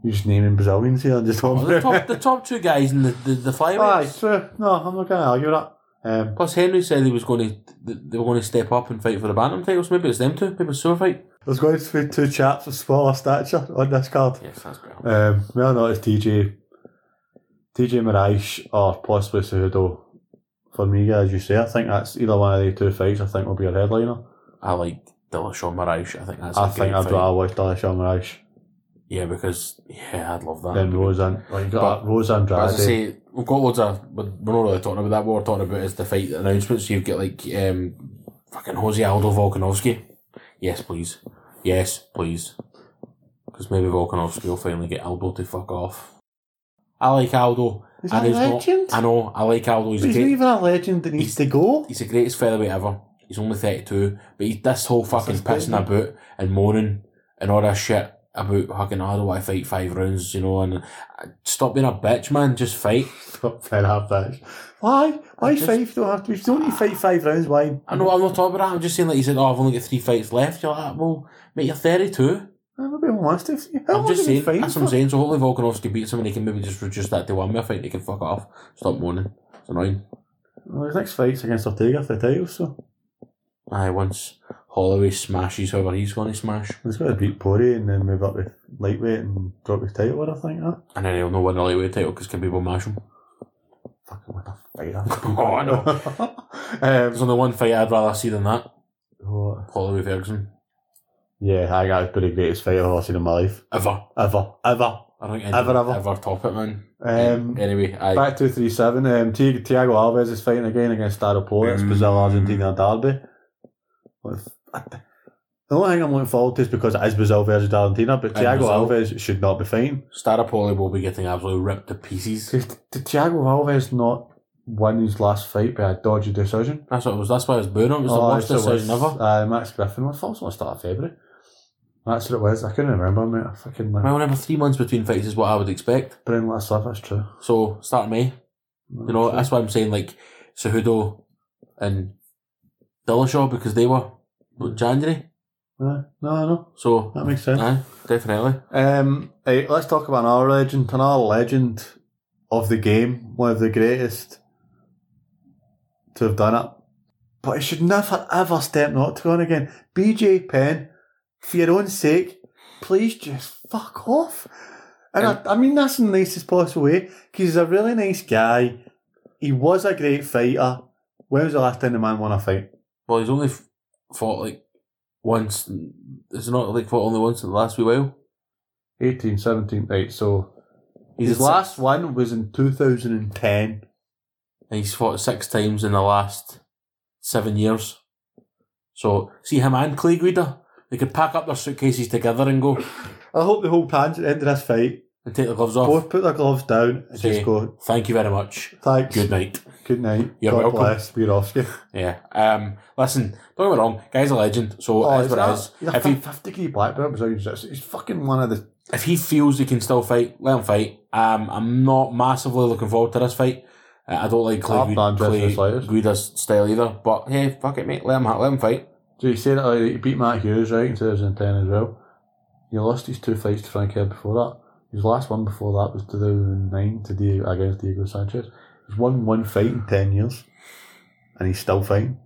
You're just naming Brazilians here. Just Well, the Oh, top, the top two guys in the the, the Oh, Aye, flyweights. true. No, I'm not going to argue with that. Um, Plus, Henry said he was going to they were going to step up and fight for the bantam titles. Maybe it's them two. Maybe it's sewer fight. there's going to be two chaps of smaller stature on this card. Yes, that's better. Um, well, no, it's TJ, TJ Mirage or possibly Cejudo. For me, as you say, I think that's either one of the two fights. I think will be a headliner. I like Dillashaw Moraes. I think that's. a I great think I'd fight. rather watch Dillashaw Mirage Yeah, because yeah, I'd love that. than Roseanne. Like you got But- Roseanne But as I Andrade. say, we've got loads of. We're we're not really talking about that. What we're talking about is the fight announcements. So you've got like um, fucking Jose Aldo Volkanovski. Yes, please. Yes, please. Because maybe Volkanovski will finally get Aldo to fuck off. I like Aldo. He's and a he's not- legend. I know. I like Aldo. He's, But he's great. not even a legend that needs to go. he's the greatest featherweight ever. He's only 32. But he, this whole fucking his pissing thing. about and moaning and all this shit about fucking, I don't want to fight five rounds, you know, and uh, stop being a bitch, man. Just fight. Stop fed up, bitch. Why? Why just- five? Don't have to. You don't need to fight five rounds. Why? I know I'm not talking about that. I'm just saying like you said, oh, I've only got three fights left. You're like, well, mate, you're 32. Nobody wants to. see- How I'm long just have you saying. fight That's what I'm for? saying. So hopefully Volkanovski beats him and he can maybe just reduce that to one more fight. They can fuck off. Stop moaning. It's annoying. Well, his next fight's against Ortega for the title, so Aye, once Holloway smashes whoever he's going to smash, he's got to beat Poirier and then move up to lightweight and drop his title. What I think that. and then he'll know win the lightweight title because can people mash him? Fucking what a fight! I'm Oh, I know. There's um, only one fight I'd rather see than that. what? Holloway Ferguson. Yeah, I got been the greatest fight I've ever seen in my life. Ever. Ever, ever. I don't think Ever, ever, ever. ever. ever top it, man. Um, anyway, I Back two three seven. Um, Ti- Tiago Alves is fighting again against Daropol. It's Mm. Brazil Argentina derby. What if- The only thing I'm looking forward to is because it is Brazil versus Argentina, but And Tiago Brazil. Alves should not be fighting. Staropoli will be getting absolutely ripped to pieces. Did, did Thiago Alves not win his last fight by a dodgy decision? That's what it was. That's why I was booing him. It was the Oh, worst that's what it decision was. ever. Uh, Max Griffin. I thought it was on the start of February. That's what it was. I couldn't remember, mate. I fucking Well, whenever three months between fights is what I would expect. brain last life. That's true. So start of May. You know, that's why I'm saying like Cejudo and Dillashaw because they were what, January. no, no, no, So that makes sense. aye, definitely. Um, eh, let's talk about another legend, another legend of the game, one of the greatest to have done it. But he should never ever step not to on again. BJ Penn, for your own sake, please just fuck off. And I, I mean that's in the nicest possible way, 'cause he's a really nice guy. He was a great fighter. When was the last time the man won a fight? Well, he's only f- fought like once. in- It's not like fought only once in the last wee while. 18, 17, right, so He's, his had si- last one was in 2010. He's fought six times in the last seven years. So see him and Clay Guida. They could pack up their suitcases together and go I hope they hold hands at the end of this fight. and take their gloves off. Both put their gloves down and See. just go, Thank you very much. thanks. Good night. Good night. You're God welcome. bless. Mirovsky. Yeah. Um. Listen, don't get me Oh, wrong. Guy's a legend. So it Oh, is what it is. He's a If he, 50 degree black belt. Brazilian jiu-jitsu. He's fucking one of the if he feels he can still fight, let him fight. Um, I'm not massively looking forward to this fight. Uh, I don't like Clay, I'm not Gu- interested in Clay the slightest. Guida's style either. But hey, fuck it, mate. Let him ha- let him fight. So you say that like, he beat Matt Hughes right in 2010 as well. He lost his two fights to Frank Head before that. His last one before that was 2009 to Diego, against Diego Sanchez. He's won one fight in 10 years and he's still fighting.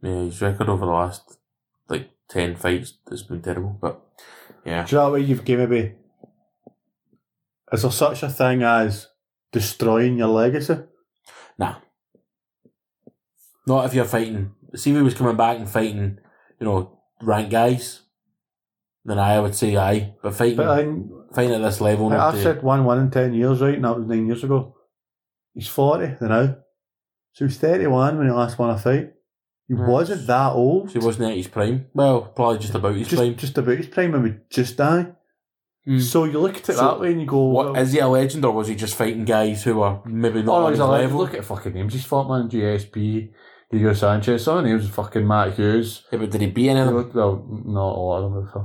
Yeah, his record over the last like ten fights has been terrible. But yeah, Do you know that way you've got maybe? Is there such a thing as destroying your legacy? not if you're fighting. See, if he was coming back and fighting, you know, rank guys. Then I would say aye, but fighting But then fighting at this level. Like, not I've to- said one one in ten years, right, and that was nine years ago. He's forty now, so he's thirty one when he last won a fight. He Yes. wasn't that old. So he wasn't at his prime. Well, probably just about his just, prime. just about his prime, and we just die. Hmm. Mm. So you look at it So that way, and you go, What well, is he a legend or was he just fighting guys who were maybe not Oh, on he's his a legend. level? Look at fucking names. He's fought man GSP, Diego Sanchez. Some of the names are fucking Matt Hughes. Yeah, but did he beat any He of them? looked, well, not a lot of them. But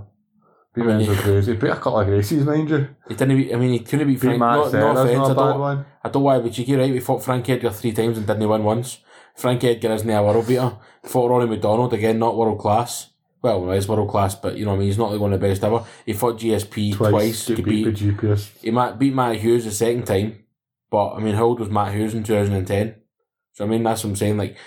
beat I mean, Renzo Gracie. He beat a couple of Gracies, mind you. He didn't. Beat, I mean, he couldn't beat Beat Frank. Matt Not, no Serra's offense, not I a bad don't. one. I don't want to be cheeky, right? We fought Frank Edgar three times and didn't win once. Frank Edgar isn't a world beater. Fought Ronnie McDonald again, not world class. Well, he is world class, but you know, I mean, he's not like one of the best ever. He fought GSP twice. Get he beat, beat by GPS. he might beat Matt Hughes the second time, but I mean, how old was Matt Hughes in 2010? So I mean, that's what I'm saying. Like,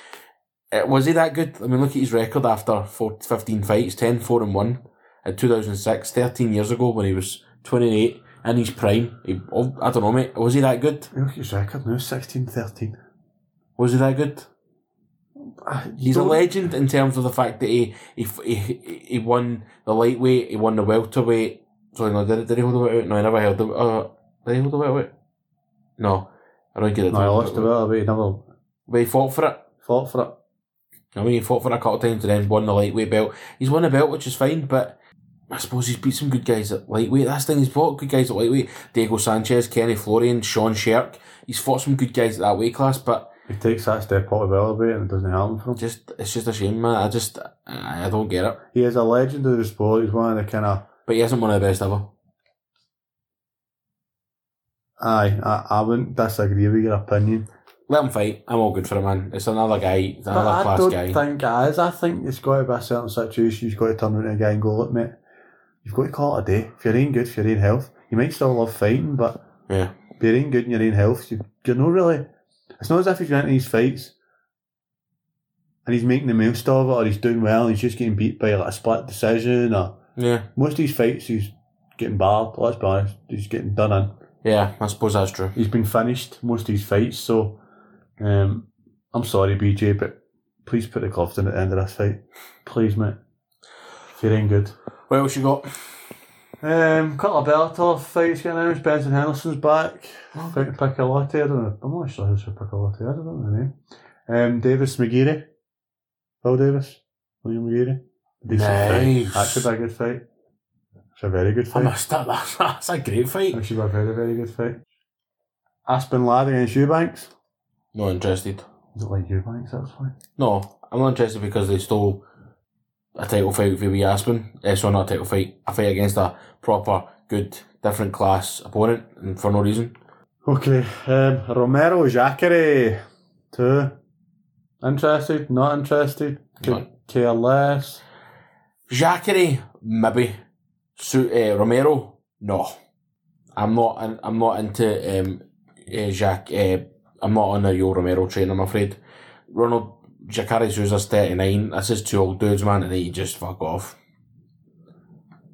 eh, was he that good? I mean, look at his record after four, 15 fights 10, 4 and 1 in 2006, 13 years ago when he was 28 in his prime. He, oh, I don't know, mate. Was he that good? look at his record now, 16, 13. Was he that good? Ah, you He's a don't- legend in terms of the fact that he he f- he, he he won the lightweight, he won the welterweight. Sorry, no, did, did he hold the welterweight? No, he never held the. Uh, did he hold the welterweight? No, I don't get it. No, he lost the battle, but he never But he fought for it. fought for it. I mean, he fought for it a couple of times and then won the lightweight belt. He's won a belt, which is fine, but I suppose he's beat some good guys at lightweight. That's the thing, he's fought good guys at lightweight. Diego Sanchez, Kenny Florian, Sean Sherk. He's fought some good guys at that weight class, but He takes that step out of elevate and it doesn't happen for him. just it's just a shame, man. I just I, I don't get it. He is a legend of the sport. He's one of the kind of But he isn't one of the best ever. Aye, I, I wouldn't disagree with your opinion. Let him fight. I'm all good for him, man. It's another guy, it's another I class don't guy. think it is. I think It's got to be a certain situation. You've got to turn around to a guy and go, look, mate, you've got to call it a day. If you're in good, if you're in health, you might still love fighting, but yeah. if you're in good and you're in health, you, you're not really. It's not as if he's going into these fights and he's making the most of it or he's doing well and he's just getting beat by like a split decision or Yeah. most of these fights he's getting barred. Let's be honest, he's getting done in. Yeah, I suppose that's true. He's been finished most of these fights, so um, I'm sorry, BJ, but please put the gloves in at the end of this fight. Please, mate. If you're in good. What else you got? Um, couple of Bellator fights getting announced. Benson Henderson's back. Oh. Fighting Piccolotti. I don't know. I'm not sure who's for Piccolotti. I don't know the name. Um, Davis McGeary. Phil Davis. William McGeary. Nice. fight. That should be a good fight. It's a very good I fight. must that that's, that's a great fight. That should be a very, very good fight. Aspen Ladd against Eubanks. Not interested. I don't like Eubanks, that's why. No, I'm not interested because they stole a title fight with VB Aspen. Eh, so not a title fight, a fight against a proper, good, different class opponent, and for no reason. Okay. Um, Romero Jacare. Two. interested, not interested, could Right. care less. Jackery, maybe. Su- eh, Romero, no. I'm not. in- I'm not into um, uh, Jack. Uh, I'm not on the Yo Romero train. I'm afraid. Ronald Jacare Souza's 39. That's his two old dudes, man, and he just fuck off.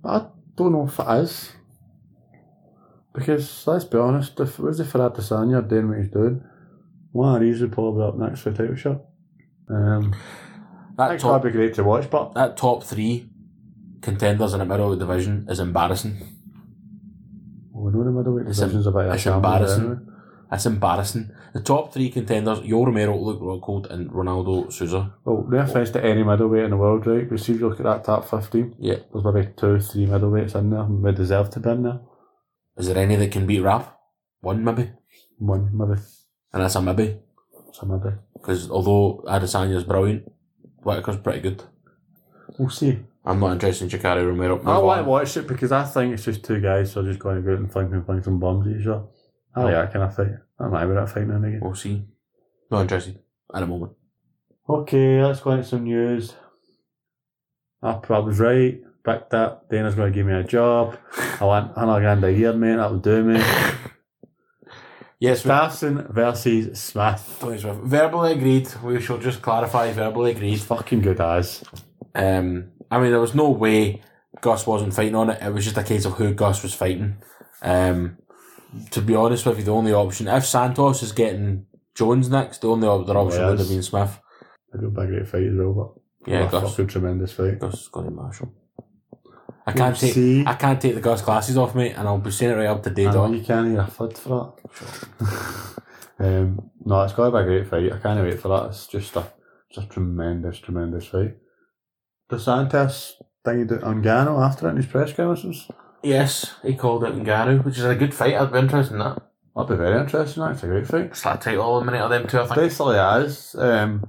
I don't know if it is. Because let's be honest, if it was the Ferrat Desanya doing what he's doing, One of these would probably be up next for a title shot. um, That I think top, that'd be great to watch, but that top three contenders in the middle of the division is embarrassing. well, we know the middleweight It's division's about a it's shambles embarrassing. anyway. That's embarrassing. The top three contenders: Yo Romero, Luke Rockhold, and Ronaldo Souza. Well, no offence Oh, to any middleweight in the world, right? But see if you look at that top 15, Yeah. there's maybe two, three middleweights in there. They deserve to be in there. Is there any that can beat Rap? One maybe, One, maybe. and that's a maybe. Some maybe. Because although Adesanya's brilliant, Whitaker's pretty good. We'll see. I'm not interested in Chikari Romero. Move I on. want to watch it because I think it's just two guys so just going to go out and fling and fling some bombs at each other. I like that kind of fight. I'm not about that fight now again. We'll see. Not interested at the moment. Okay, let's go into some news. I probably was right. Back that Dana's going to give me a job. I want another grand a year, mate. That'll do me. Yes, we Starson versus Smith. Tony Swift. Verbally agreed. We shall just clarify verbally agreed. He's fucking good as. Um, I mean, there was no way Gus wasn't fighting on it. It was just a case of who Gus was fighting. Um, to be honest with you, the only option if Santos is getting Jones next, the only other option would have Yes. been Smith. I don't think great fight as well, but Yeah, a Gus. fucking tremendous fight. Gus is going to Marshall. I can't take See, I can't take the Gus glasses off, mate, and I'll be saying it right up to day I know dot. you can't hear a flood for that. um, no, it's got to be a great fight. I can't wait for that. It's just a, just a tremendous, tremendous fight. DeSantis thing he did on Gano after it in his press conferences. Yes, he called it Ngannou, which is a good fight. I'd be interested in that. That'd be very interesting. That's a great fight. It's like title eliminator them two, I think. Basically, as um,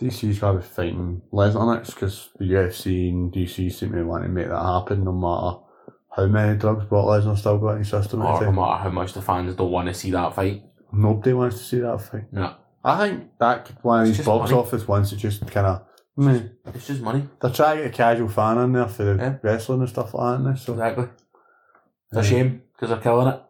DC's got to be fighting Lesnar next because the UFC and DC seem to want to make that happen no matter how many drugs Brock Lesnar still got in his system. at Or the no time. matter how much the fans don't want to see that fight. Nobody wants to see that fight. No. I think that could one of It's these just box money. office ones that just kind of. They're It's just money. trying to get a casual fan in there for the Yeah. wrestling and stuff like that. Now, so Exactly. It's Yeah. a shame because they're killing it.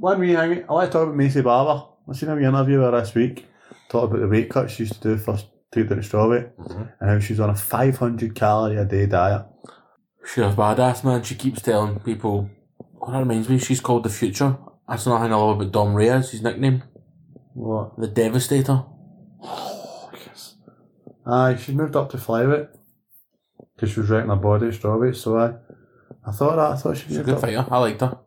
one wee thing, I want to talk about Macy Barber. I seen a wee interview with her this week. Talk about the weight cut she used to do first to get down to strawweight Mm-hmm. and how she was on a 500 calorie a day diet. She's a badass, man. She keeps telling people. What that reminds me, she's called the Future. That's another thing I love about Dom Reyes. His nickname, What? the Devastator. yes. Aye, she moved up to flyweight because she was wrecking her body at strawweight. So I, I thought that. I thought she She's a moved good up. fighter. I liked her.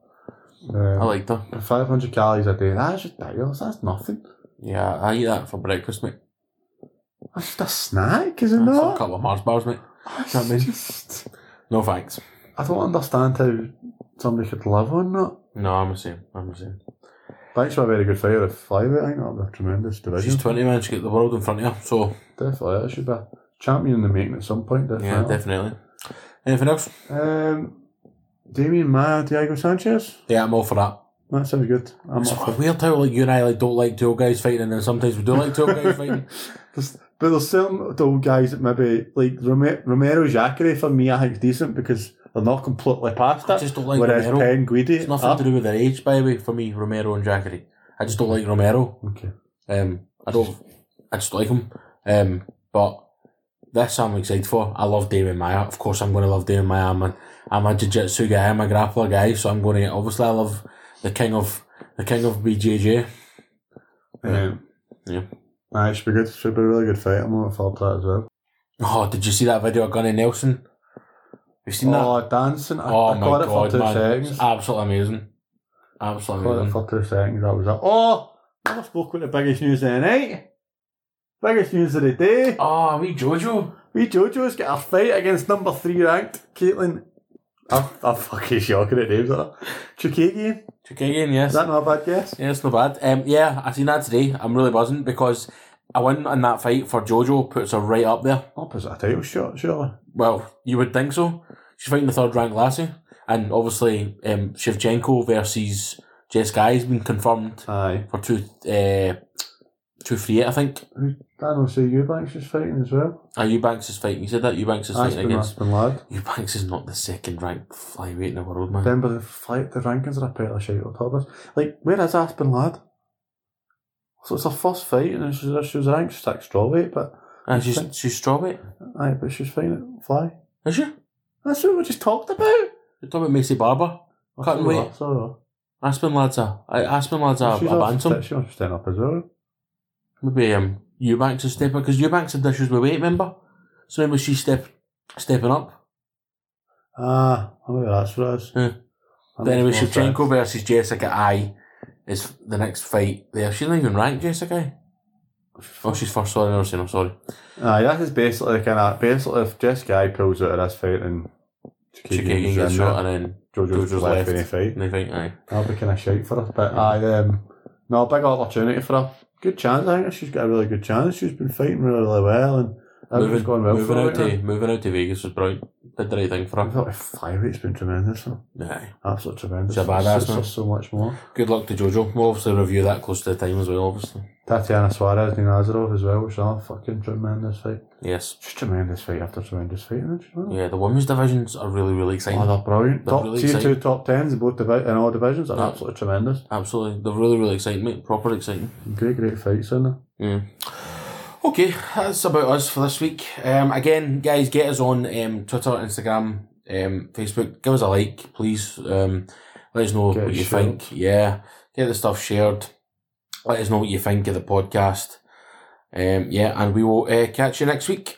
I Um, liked her. 500 calories a day. That's ridiculous. That's nothing. Yeah, I eat that for breakfast, mate. That's just a snack, is it That's A not? couple of Mars bars, mate. That's I mean- just- No thanks. I don't understand how somebody could live on that. No, I'm the same. I'm the same. Thanks for a very good fighter at flyweight. I think that'll be a tremendous division. She's twenty, man. She got the world in front of her. So Definitely, that should be a champion in the making at some point. Definitely. yeah, definitely. Anything else? Um, Damien Ma, Diego Sanchez. Yeah, I'm all for that. That sounds good. I'm It's up for weird how like you and I like don't like two old guys fighting, and then sometimes we do like two old guys fighting. There's- but there's certain old guys that maybe like Rome- Romero Jacare for me. I think's decent because they're not completely past I it. just don't like Whereas Romero. Penn Guidi, It's nothing to do with their age, by the way, for me, Romero and Jackery. I just don't like Romero. ah, okay. Um, I don't, I just don't like him. Um, but this I'm excited for. I love Damien Maya. Of course, I'm going to love Damien Maya. I'm a, I'm a jiu-jitsu guy. I'm a grappler guy. So I'm going to, obviously, I love the king of, the king of BJJ. Um, Yeah. Aye, it should be good. It should be a really good fight. I'm looking forward to that as well. Oh, did you see that video of Gunny Nelson? You seen that? oh, dancing. I, Oh I my caught it for god, two man! seconds. It's I absolutely amazing. Absolutely caught it amazing. for two seconds. That was it. Oh, I spoke about the biggest news of the night. Biggest news of the day. Oh, we Jojo. We JoJo's got a fight against number three ranked Caitlin. Ah, I'm, I'm fucking shocking at names. aren't I? Chukagian. Chukagian, yes. Is that not a bad guess? Yeah, it's not bad. Um, yeah, I seen that today. I'm really buzzing because a win in that fight for Jojo puts her right up there. Up as a title shot, surely. Well, you would think so. She's fighting the third ranked Lassie, and obviously um, Shevchenko versus Jess Guy has been confirmed Aye. for two uh, two three eight, I think. I don't see Eubanks is fighting as well. Uh, Eubanks is fighting. You said that Eubanks is Aspen, fighting against. Aspen lad. Eubanks is not the second ranked flyweight in the world, man. Remember the flight, the rankings are a pile of shit on top of us. Like, where is Aspen lad? So it's her first fight, and she was, she was ranked six strawweight, but And Ah, she's she's strawweight, aye, but she's fighting at fly. is she? You're That's what we just talked about. talking about Macy Barber. Cutting Sorry, weight. sorry. Aspen lads are uh, Aspen lads are a She's up- bantam. She must be staying up as well. Maybe um, Eubanks is stepping because Eubanks had issues with weight, remember? So maybe she's step, stepping up. Ah, I maybe that's what it is. Yeah. That But anyway, makes more sense. Shevchenko versus Jessica I is the next fight there. She's not even ranked, Jessica. I. Oh, she's first. Sorry, I never seen her. Sorry. Aye, this is basically kind of basically if Jess Guy pulls out of this fight and She gets in shot there, and then Jojo's, Jojo's left, left. in the fight. and they think, aye. That'll be kind of shite for her. But aye, um, no, big opportunity for her. Good chance. I think she's got a really good chance. She's been fighting really, really well, and Everything's going well moving for out it. to moving out to Vegas was brilliant. Did the right thing for I her. thought the fireweight's been tremendous. though. Aye. Absolutely tremendous. It's a badass, So- man. so, so much more. Good luck to Jojo. We'll obviously review that close to the time as well. Obviously, Tatiana Suarez and Nazarov as well, which is a fucking tremendous fight. yes. Just tremendous fight after tremendous fight. isn't it? You know? Yeah, the women's divisions are really really exciting. Oh, they're brilliant. They're top really tier exciting. two, top tens in both divi- in all divisions are Yeah. absolutely tremendous. Absolutely, they're really really exciting, mate. Proper exciting. Great, great fights in there. Yeah. Okay, that's about us for this week. Um, again, guys, get us on um, Twitter, Instagram, um, Facebook. Give us a like, please. Um, let us know Get what it you shared. think. Yeah, get the stuff shared. Let us know what you think of the podcast. Um, yeah, and we will uh, catch you next week.